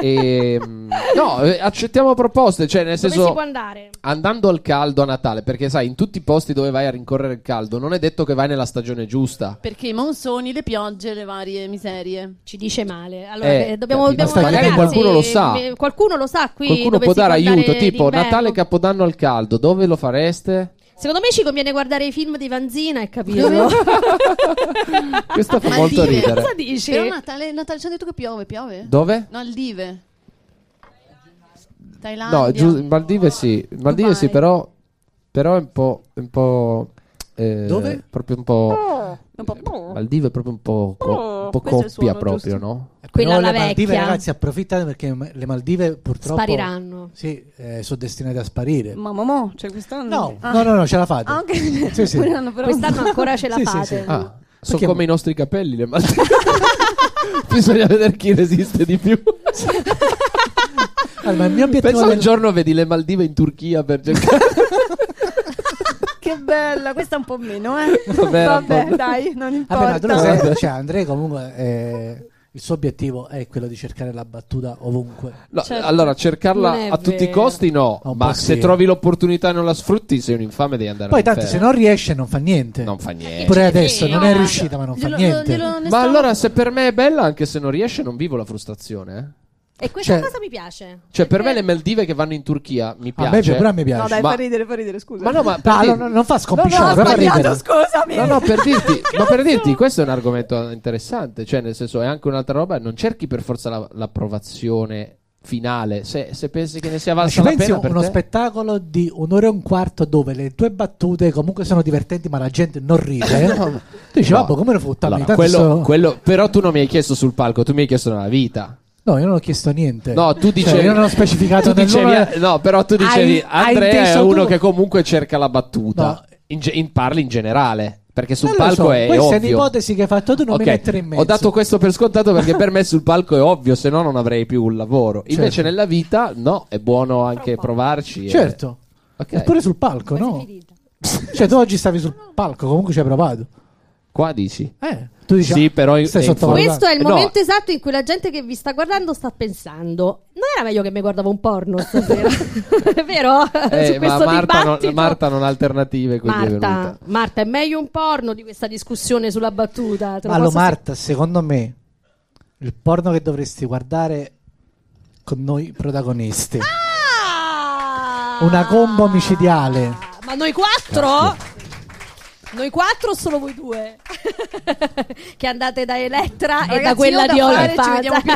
Ehm, no, eh, accettiamo proposte, cioè nel
Dove
senso
si può andare?
andando al caldo a Natale, perché sai, in tutti i posti dove vai a rincorrere il caldo, non è detto che vai nella stagione giusta.
Perché i monsoni, le piogge, le varie miserie.
Ci dice male. Allora,
Eh,
eh, dobbiamo,
capito.
dobbiamo
Magari
ragazzi,
qualcuno lo sa.
eh, Qualcuno lo sa qui.
Qualcuno
dove
può
si
dare
andare
aiuto, tipo
d'inverno.
Natale e Capodanno al caldo, dove lo fareste?
Secondo me ci conviene guardare i film di Vanzina e capirlo.
Questo fa
Ma
molto
dire,
ridere.
Cosa dici?
Però Natale, Natale ci hanno detto che piove, piove?
Dove?
Maldive. Thailandia.
No, giù, Maldive sì, Maldive
Dubai.
sì, però, però è un po'... È un po' eh,
Dove?
Proprio un po'... eh, Maldive è proprio un po', co- un po'
questo è il
coppia
suono,
proprio,
giusto.
no?
Quella
Però
alla
le Maldive,
vecchia.
ragazzi, approfittate perché m- le Maldive purtroppo
Spariranno.
Sì, eh, sono destinate a sparire.
Ma mamma, cioè quest'anno
No,
Ah,
no, no, no, ce la fate.
ah, ok.
Sì, sì.
Quell'anno però-
Quest'anno ancora ce la
Sì, sì,
fate.
sì.
Ah, sono
Perché-
come i nostri capelli le Maldive. Bisogna vedere chi resiste di più.
Allora, Ah, il mio obiettivo
Penso
del-
un giorno vedi le Maldive in Turchia per cercare...
Che bella, questa è un po' meno, eh.
Vabbè,
Vabbè,
vabbè.
dai, non
Vabbè, ma tu lo
importa.
sai, cioè, Andrea comunque eh, il suo obiettivo è quello di cercare la battuta ovunque.
No, Allora, cercarla
Non è
a tutti i
vero.
costi no,
Un
ma
po'
se
sì.
trovi l'opportunità e non la sfrutti sei un infame devi andare
Poi tanto
all'inferno.
se non riesce non fa niente.
Non fa niente.
Pure adesso
frega.
non è riuscita, ma non fa
Glielo-
niente.
glielo- ne
Ma
stavo-
allora se per me è bella anche se non riesce non vivo la frustrazione, eh?
E questa
Cioè-
cosa mi piace.
Cioè per me le Maldive che vanno in Turchia mi
A me
piace.
però mi
No,
piace.
Eh,
dai,
Ma-
fa ridere, fa ridere, scusa.
Ma no, ma per
No,
dir-
no, no, non fa
No, ho
scompisciare, prova a
sbagliato,
ridere.
scusami.
No, no, per dirti, ma per dirti, questo è un argomento interessante, cioè nel senso è anche un'altra roba, non cerchi per forza la- l'approvazione finale, se, se pensi che ne sia
Ma
valsa
Ci
la
pensi
pena per
uno
te,
spettacolo di un'ora e un quarto dove le tue battute comunque sono divertenti, ma la gente non ride. tu dici,
No.
vabbè, come lo fu?
Allora,
Tanto
quello-
so-
quello- però tu non mi hai chiesto sul palco, tu mi hai chiesto nella vita.
No, io non ho chiesto niente.
No, tu dicevi
Cioè, io non ho specificato
tu dicevi-
nell'ora-
No, però tu dicevi
Hai- hai
Andrea è
inteso
uno
tu?
che comunque cerca la battuta.
No.
In ge- in- parli in generale, perché sul
Non lo
palco
so,
è
questa è
ovvio.
l'ipotesi che hai fatto tu, non
Ok,
mi mettere in mezzo.
Ho dato questo per scontato perché per me sul palco è ovvio, se no non avrei più un lavoro. Invece
Certo.
nella vita no, è buono anche provarci. e-
Certo.
eh. Ok.
Eppure sul palco, no? Cioè, tu oggi stavi sul palco, comunque ci hai provato.
Qua dici.
Eh, tu dici,
Sì,
ah,
però in-
stai
è in
sottovalutando.
forma.
Questo è il
No.
momento esatto in cui la gente che vi sta guardando sta pensando: non era meglio che mi guardavo un porno stasera? È vero?
Eh,
Su
ma
questo
Marta non,
dibattito.
Marta non ha alternative, quindi è
Marta,
venuta.
Marta, è meglio un porno di questa discussione sulla battuta. Te lo
Ma lo
posso
Marta, secondo me, il porno che dovresti guardare con noi protagonisti.
Ah!
Una combo omicidiale.
Ma noi quattro? Noi quattro o solo voi due? che andate da Elettra e
Ragazzi,
da quella
io ho da
di Olfa.
fare, ci vediamo più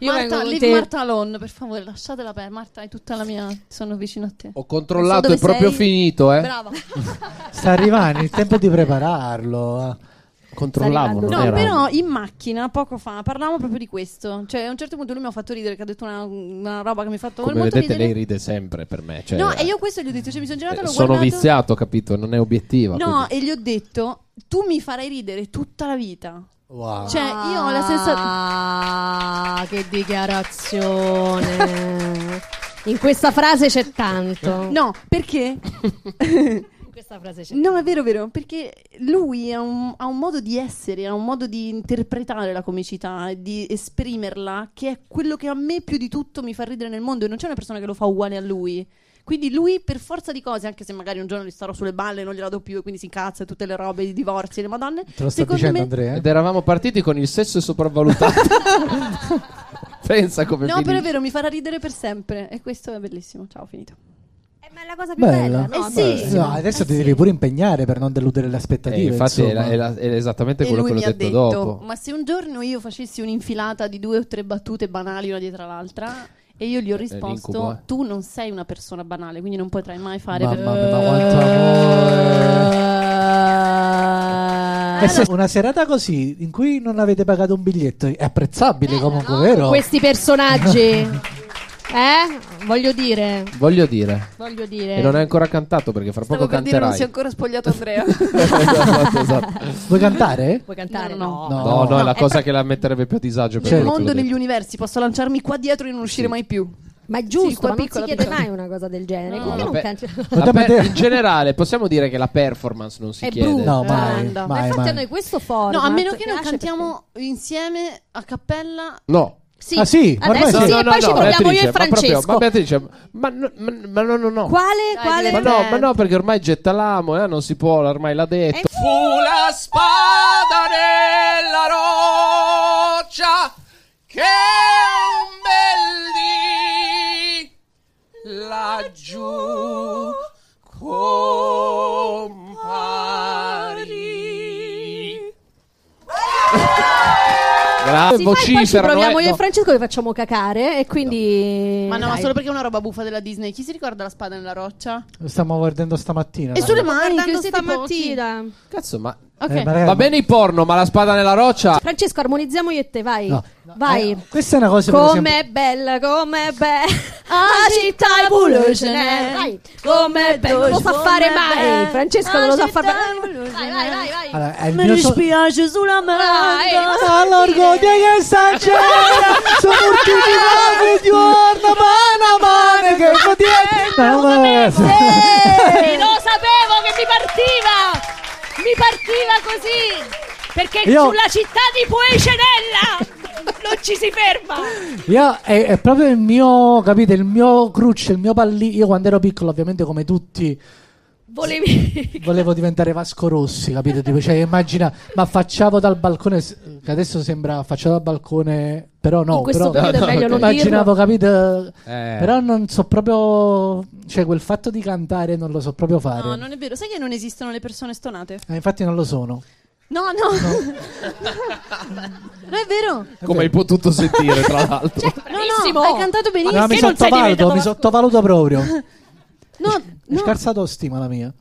Io
Marta,
vengo con
leave
te.
Marta alone, per favore, lasciatela per Marta, hai tutta la mia. Sono vicino a te.
Ho controllato,
Non so
è
dove
proprio
sei.
finito, eh.
Brava.
Sta arrivando il tempo di prepararlo.
Controllavo, non
No,
era.
però in macchina poco fa parlavamo proprio di questo. Cioè, a un certo punto lui mi ha fatto ridere, che ha detto una, una roba che mi ha fatto
Come
molto
vedete, lei
ridere.
ride sempre per me. Cioè,
No, e io questo gli ho detto, cioè mi sono girata,
eh,
l'ho
sono
guardato.
viziato, capito? Non è obiettiva.
No,
quindi.
e gli ho detto, tu mi farai ridere tutta la vita.
Wow.
Cioè, io ho la sensazione
Ah, che dichiarazione. In questa frase c'è tanto.
No, perché?
in questa frase c'è
Cioè, No, è vero, è vero, perché lui ha un, ha un modo di essere, ha un modo di interpretare la comicità, e di esprimerla, che è quello che a me più di tutto mi fa ridere nel mondo e non c'è una persona che lo fa uguale a lui. Quindi lui, per forza di cose, anche se magari un giorno gli starò sulle balle, non gliela do più, e quindi si incazza e tutte le robe, i divorzi e le madonne.
Te lo sto dicendo,
eh.
Andrea.
Ed eravamo partiti con il sesso sopravvalutato. Pensa come
No,
finisce.
però è vero, mi farà ridere per sempre. E questo è bellissimo. Ciao, ho finito.
Ma è la cosa più
Bella.
bella.
Eh sì.
Sì, no, adesso ti devi pure impegnare per non deludere le
Eh,
aspettative.
infatti è,
insomma.
la- è la- è esattamente
E
quello
lui
che
mi
l'ho
ha
detto,
detto:
dopo.
Ma se un giorno io facessi un'infilata di due o tre battute banali una dietro l'altra, e io gli ho
l'incubo, eh.
risposto: Tu non sei una persona banale, quindi non potrai mai fare per
Mamma mia, ma quanto amore.
Eh.
E se- una serata così in cui non avete pagato un biglietto è apprezzabile
Eh,
comunque, vero?
Eh, Questi personaggi. eh? Voglio dire.
Voglio dire.
Voglio dire.
Eh.
E non hai ancora cantato perché fra
Stavo
poco
per dire non si è ancora
canterai.
spogliato Andrea.
Esatto, esatto.
Vuoi cantare?
Puoi cantare?
No,
No.
no,
no.
No, no, è
No,
la
è
cosa
pra-
che la metterebbe più a disagio. per
Cioè,
il
quello che
mondo
l'ho
negli
detto.
universi, posso lanciarmi qua dietro e non uscire mai più.
Ma è giusto,
Sì,
ma
qua
non si
piccola,
chiede
piccola.
mai una cosa del genere.
No,
Perché
no,
non
beh.
canti-
La
Potremmo
per-
dire-
in generale possiamo dire che la performance non si
È
chiede.
brutta.
No, mai,
Guarda.
cioè, Ma
mai,
infatti
mai.
a noi questo format
no, a meno che non
piace
cantiamo insieme a cappella.
No.
perché-
Ah, sì? Ormai
adesso
sì.
sì,
No,
e poi ci proviamo io e
Beatrice, ma proprio-
Francesco.
Ma Beatrice, ma, no- ma, ma no, no, no.
Quale?
Dai,
quale?
Ma no, ma no, perché ormai getta l'amo, eh, non si può, ormai l'ha detto. certo. Fu la spada nella roccia che un bel dì laggiù
Si
comparì. Grazie,
fa e poi ci
vociferano.
proviamo
eh,
io e
no.
Francesco le facciamo cacare e quindi...
Ma no, ma
Dai.
solo perché è una roba buffa della Disney. Chi si ricorda la spada nella roccia?
Stiamo guardando stamattina.
E
la-
sulle
Eh,
mani, che
Guardando
siete
stamattina.
Cazzo, ma
pochi.
ma
Ok.
ragazzi,
va bene i porno, ma la spada nella roccia
Francesco, armonizziamo io e te, vai.
no.
Vai.
Eh, questa è una cosa per
Com'è
esempio-
bella, com'è bella La città è
Boulogne.
Vai. Com'è bella Non lo sa fare mai Eh, Francesco non lo sa fare mai Vai, vai, vai, vai
Allora, è il mio so-
Ah, eh,
sulla
Vai.
All'orgoglio che sta c'era Sono ultimi di orna Panamane Che potiene
E lo Eh, sapevo che mi partiva Mi partiva così Perché
Io-
sulla città di Puecenella Non ci si ferma
Io è, è proprio il mio Capite il mio cruccio Il mio pallino Io quando ero piccolo ovviamente come tutti
Volevi
Volevo diventare Vasco Rossi Capito tipo Cioè immagina Ma affacciavo dal balcone s- Che adesso sembra Affacciato dal balcone Però no
In questo
però,
periodo è
no,
meglio non
Immaginavo capito
Eh.
Però non so proprio Cioè quel fatto di cantare Non lo so proprio fare
No, non è vero. Sai che non esistono le persone stonate?
Eh, infatti non lo sono
No, no. non è vero.
come hai potuto sentire, tra l'altro.
Cioè,
No,
Bravissimo.
no, hai cantato benissimo. Cioè,
No, mi
non sei diventato
sottovaluto, mi
Vasco?
sottovaluto proprio.
No,
È
no.
scarsato stima la mia.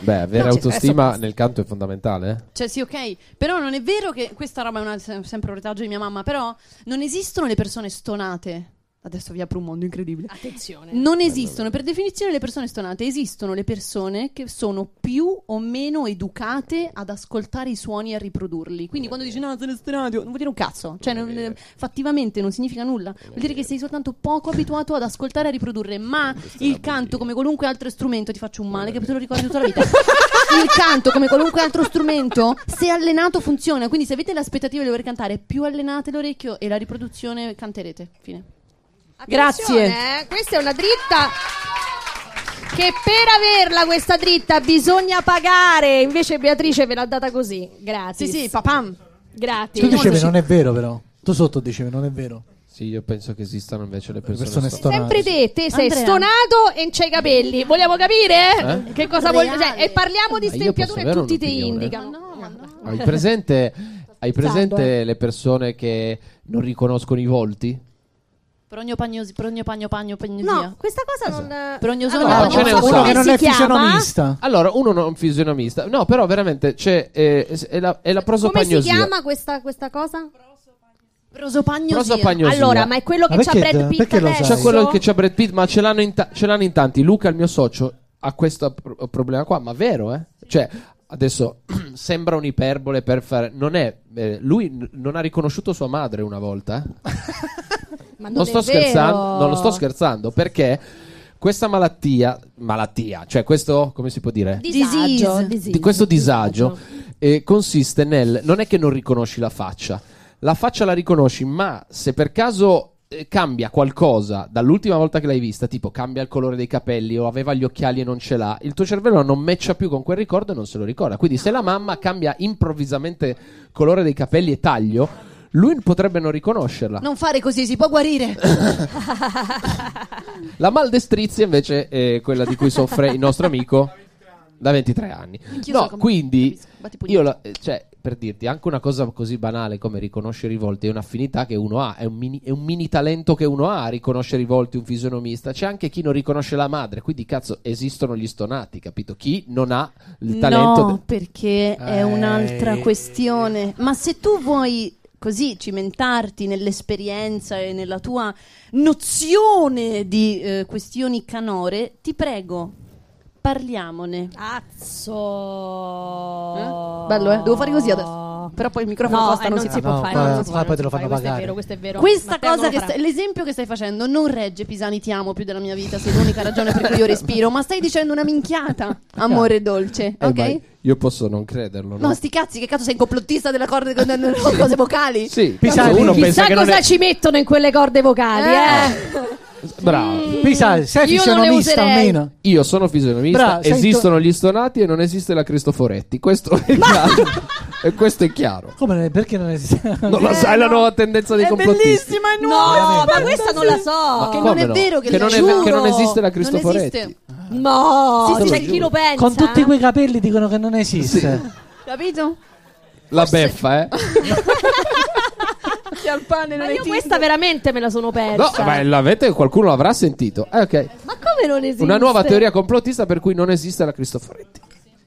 Beh, avere
No, cioè,
autostima nel canto è fondamentale. eh.
Cioè, sì, ok. Però non è vero che questa roba è una- se- sempre un retaggio di mia mamma. Però non esistono le persone stonate. Adesso vi apro un mondo incredibile.
Attenzione
Non esistono, per definizione, le persone stonate. Esistono le persone che sono più o meno educate ad ascoltare i suoni e a riprodurli. Quindi quando dici no, sono stonato, non vuol dire un cazzo. Cioè, Eh, non- eh, fattivamente non significa nulla. Vuol dire che sei soltanto poco abituato ad ascoltare e a riprodurre. Ma il canto, come qualunque altro strumento, ti faccio un male che te lo ricordi tutta la vita. il canto, come qualunque altro strumento, se allenato funziona. Quindi se avete l'aspettativa di dover cantare, più allenate l'orecchio e la riproduzione canterete. Fine.
Attenzione, eh, Questa è una dritta che per averla questa dritta bisogna pagare. Invece Beatrice ve l'ha data così. Grazie.
Sì, sì, papam.
Tu
Grazie.
dicevi non è vero però. Tu sotto dicevi non è vero.
Sì, io penso che esistano invece le persone,
persone
stonate.
stonate.
Sempre te, te sei
Andrea.
stonato e non c'hai i capelli. Vogliamo capire?
Eh?
Che cosa vuol dire? Cioè, e parliamo di
Ma io
stempiature
posso
e
avere
tutti te
un'opinione?
indicano.
Hai presente, hai presente le persone che non riconoscono i volti?
Progno pagnosi, progno pagno pagno pagnosia.
No, questa cosa non. eh,
Prognosone,
Allora,
No, ce n'è un
so
sacco.
Uno che
come
non
si
è
chiama,
fisionomista.
Allora, uno non è un fisionomista. No, però veramente c'è eh, s- è la, è la
Come si
prosopagnosia.
chiama questa, questa cosa?
Prosopagnosia.
Prosopagnosia.
Allora, ma è quello che
Ma
c'ha
perché-
Brad Pitt
perché lo sai?
adesso?
c'è quello che c'ha Brad Pitt, ma ce l'hanno, in ta- ce l'hanno in tanti. Luca, il mio socio, ha questo pro- problema qua, ma vero, eh? Cioè, adesso sembra un'iperbole per fare... Non è... eh, lui n- non ha riconosciuto sua madre una volta, eh?
Ma
non,
è
sto
vero.
scherzando, non lo sto scherzando perché questa malattia, malattia, cioè questo, come si può dire?
Disagio,
Disease.
disagio.
Di questo disagio eh, consiste nel non è che non riconosci la faccia, la faccia la riconosci, ma se per caso eh, cambia qualcosa dall'ultima volta che l'hai vista, tipo cambia il colore dei capelli o aveva gli occhiali e non ce l'ha, il tuo cervello non matcha più con quel ricordo e non se lo ricorda. Quindi se la mamma cambia improvvisamente colore dei capelli e taglio, lui potrebbe non riconoscerla.
Non fare così, si può guarire.
La maldestrizia invece è quella di cui soffre il nostro amico da 23 anni.
Anch'io
No,
sono com-
quindi
capisco, batti pugni.
io la- eh, cioè per dirti, anche una cosa così banale come riconoscere i volti è un'affinità che uno ha, è un mini, è un mini talento che uno ha, riconoscere i volti, un fisionomista. C'è anche chi non riconosce la madre, quindi cazzo, esistono gli stonati, capito? Chi non ha il talento
No,
de-
perché è
Eh.
un'altra questione. Ma se tu vuoi così cimentarti nell'esperienza e nella tua nozione di eh, questioni canore, ti prego, parliamone.
Azzo.
Eh? Bello, eh? Devo fare così adesso. Però poi il microfono
No,
costa,
eh,
non
non
si
si
può
no,
fare.
qua-
non
qua
si può fare.
poi te lo fanno
Questo è
pagare.
vero, questo è vero.
Questa
Matteo
cosa
non
che
lo
stai-
farà.
l'esempio che stai facendo non regge Pisani ti amo più della mia vita, sei l'unica ragione per cui io respiro, ma stai dicendo una minchiata, amore dolce,
Eh,
ok?
ma io posso non crederlo, no?
No, sti cazzi, che cazzo sei un complottista delle corde con con cose vocali?
sì, cioè,
Pisani,
uno pensa
Chissà
che non
cosa
è
ci mettono in quelle corde vocali, eh.
bravo.
Pisani, sei
Io non le
fisionomista
userei.
almeno.
Io sono fisionomista,
Bra, sento-
esistono gli stonati e non esiste la Cristoforetti. Questo è chiaro. e questo è chiaro.
Come perché non esiste?
Non lo sai la nuova tendenza dei
È
complottisti.
bellissima, è nuova.
No, ma questa non la
Ma
so.
Che
come
Oh, non è
no?
vero che,
Che
lo
non è-
giuro.
che non esiste la
Non
Cristoforetti.
esiste.
No,
Sì, sì,
c'è
sì.
chi lo pensa.
Con tutti quei capelli dicono che non esiste.
Capito?
Uh.
La beffa, eh?
Chi al pane
Ma
non è
io
tinto.
questa veramente me la sono
Eh,
persa.
No,
cioè.
ma l'avete, qualcuno l'avrà sentito. Eh, ok.
Ma come non esiste?
Una nuova teoria complottista per cui non esiste la Cristoforetti.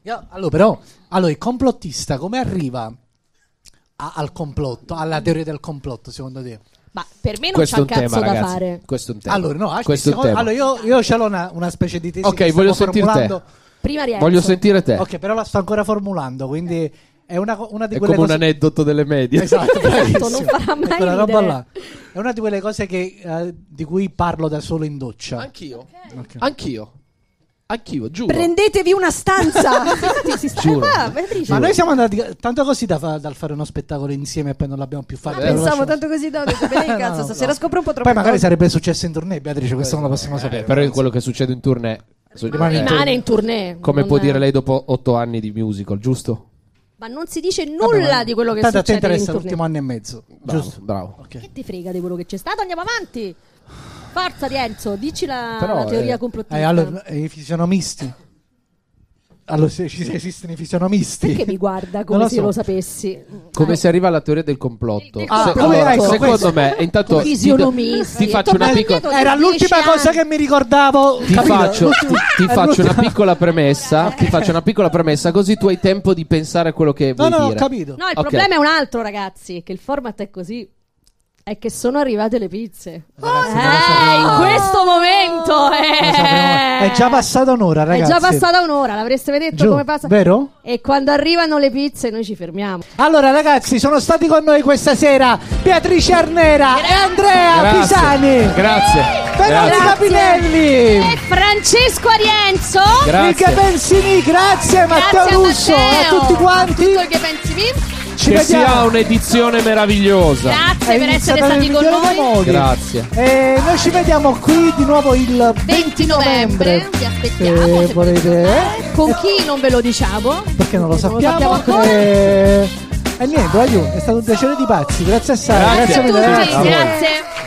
Io- allora, però, allora, il complottista come arriva a- al complotto, alla teoria del complotto, secondo te?
Ma per me non
Questo
c'ha
è un
cazzo
tema,
da
ragazzi.
fare.
Questo è un tema.
Allora, no, aspetta,
questo è un
secondo-
tema.
allora io, io ce l'ho una, una specie di tesi.
Ok,
che
voglio
stavo
sentir te.
formulando.
Prima riesco.
Voglio sentire te.
Ok, però la sto ancora formulando, quindi è una, co- una di
È
quelle
come un
cose...
aneddoto delle medie.
Esatto, bravissimo.
non farà
È
mai
quella roba
ridere.
là. È una di quelle cose che, eh, di cui parlo da solo in doccia.
Anch'io. Anch'io. Anch'io, giuro.
Prendetevi una
Eh,
stanza.
giuro.
Ah,
Eh,
Ma noi siamo andati tanto così da fa- dal fare uno spettacolo insieme e poi non l'abbiamo più fatto.
Ah,
Allora
Pensavo
lasciamo-
tanto così da ho detto, bene,
No,
cazzo,
no,
stasera scopro un po' troppo.
Poi magari sarebbe successo in tournée, Beatrice, questo non lo possiamo sapere.
Eh, però è quello che succede in tournée. Su-
Rimane in
eh,
Rimane in tournée.
Come
Non-
può dire lei dopo otto anni di musical, giusto?
Ma non si dice
Vabbè,
nulla
ma
di quello che
tanto
succede
a te interessa
in tournée.
l'ultimo anno e mezzo,
Bravo,
giusto?
bravo.
Ok.
Che ti frega di quello che c'è stato? Andiamo avanti. Forza di Enzo, dici la,
Però,
la teoria
eh,
complottista.
Eh, allora, eh, i fisionomisti. Allora, se ci se esistono i fisionomisti.
Perché mi guarda
Non
come
lo
se
so.
lo sapessi?
Come si arriva alla teoria del complotto?
Del complotto.
Se-
Ah,
allora,
ecco, Eh. questo.
secondo me, intanto ti, do-
Fisionomisti.
ti faccio una
Torna
piccola
indietro Eh, di
Era l'ultima
10
cosa
anni.
che mi ricordavo.
ti
capito?
faccio, ti, ti
È
faccio una
l'ultima-
piccola premessa, ti faccio una piccola premessa così tu hai tempo di pensare a quello che
No,
vuoi
no, ho
dire.
capito.
No, il
Ok.
problema è un altro, ragazzi. Che il format è così. È che sono arrivate le pizze.
Ragazzi, non lo so.
eh, in questo momento eh.
Lo sapevamo. È già passata un'ora,
È
ragazzi.
già passata un'ora, l'avreste vedetto
Giù,
come passa.
vero?
E quando arrivano le pizze noi ci fermiamo.
Allora, ragazzi, sono stati con noi questa sera Beatrice Arnera e Andrea
Grazie.
Pisani.
Grazie. Grazie.
Veronica Pinelli.
E Francesco Arienzo.
Mica
Grazie.
Pensini, grazie,
Grazie
Matteo Russo e a
Matteo.
tutti quanti.
Tutto il che pensi mi?
Ci
Che sia
vediamo.
un'edizione meravigliosa.
Grazie
È
per essere
iniziata
stati
nel
con
migliore dei
noi.
modi.
Grazie.
E noi ci vediamo qui di nuovo il
20 novembre, vi aspettiamo.
Se
se eh?
volete, eh?
volete. Con chi non ve lo diciamo?
perché non lo sappiamo.
sappiamo ancora.
E... e niente, voglio, è stato un piacere di pazzi. Grazie a Sara,
Grazie.
grazie,
Tutti,
mille.
Grazie a voi.
grazie.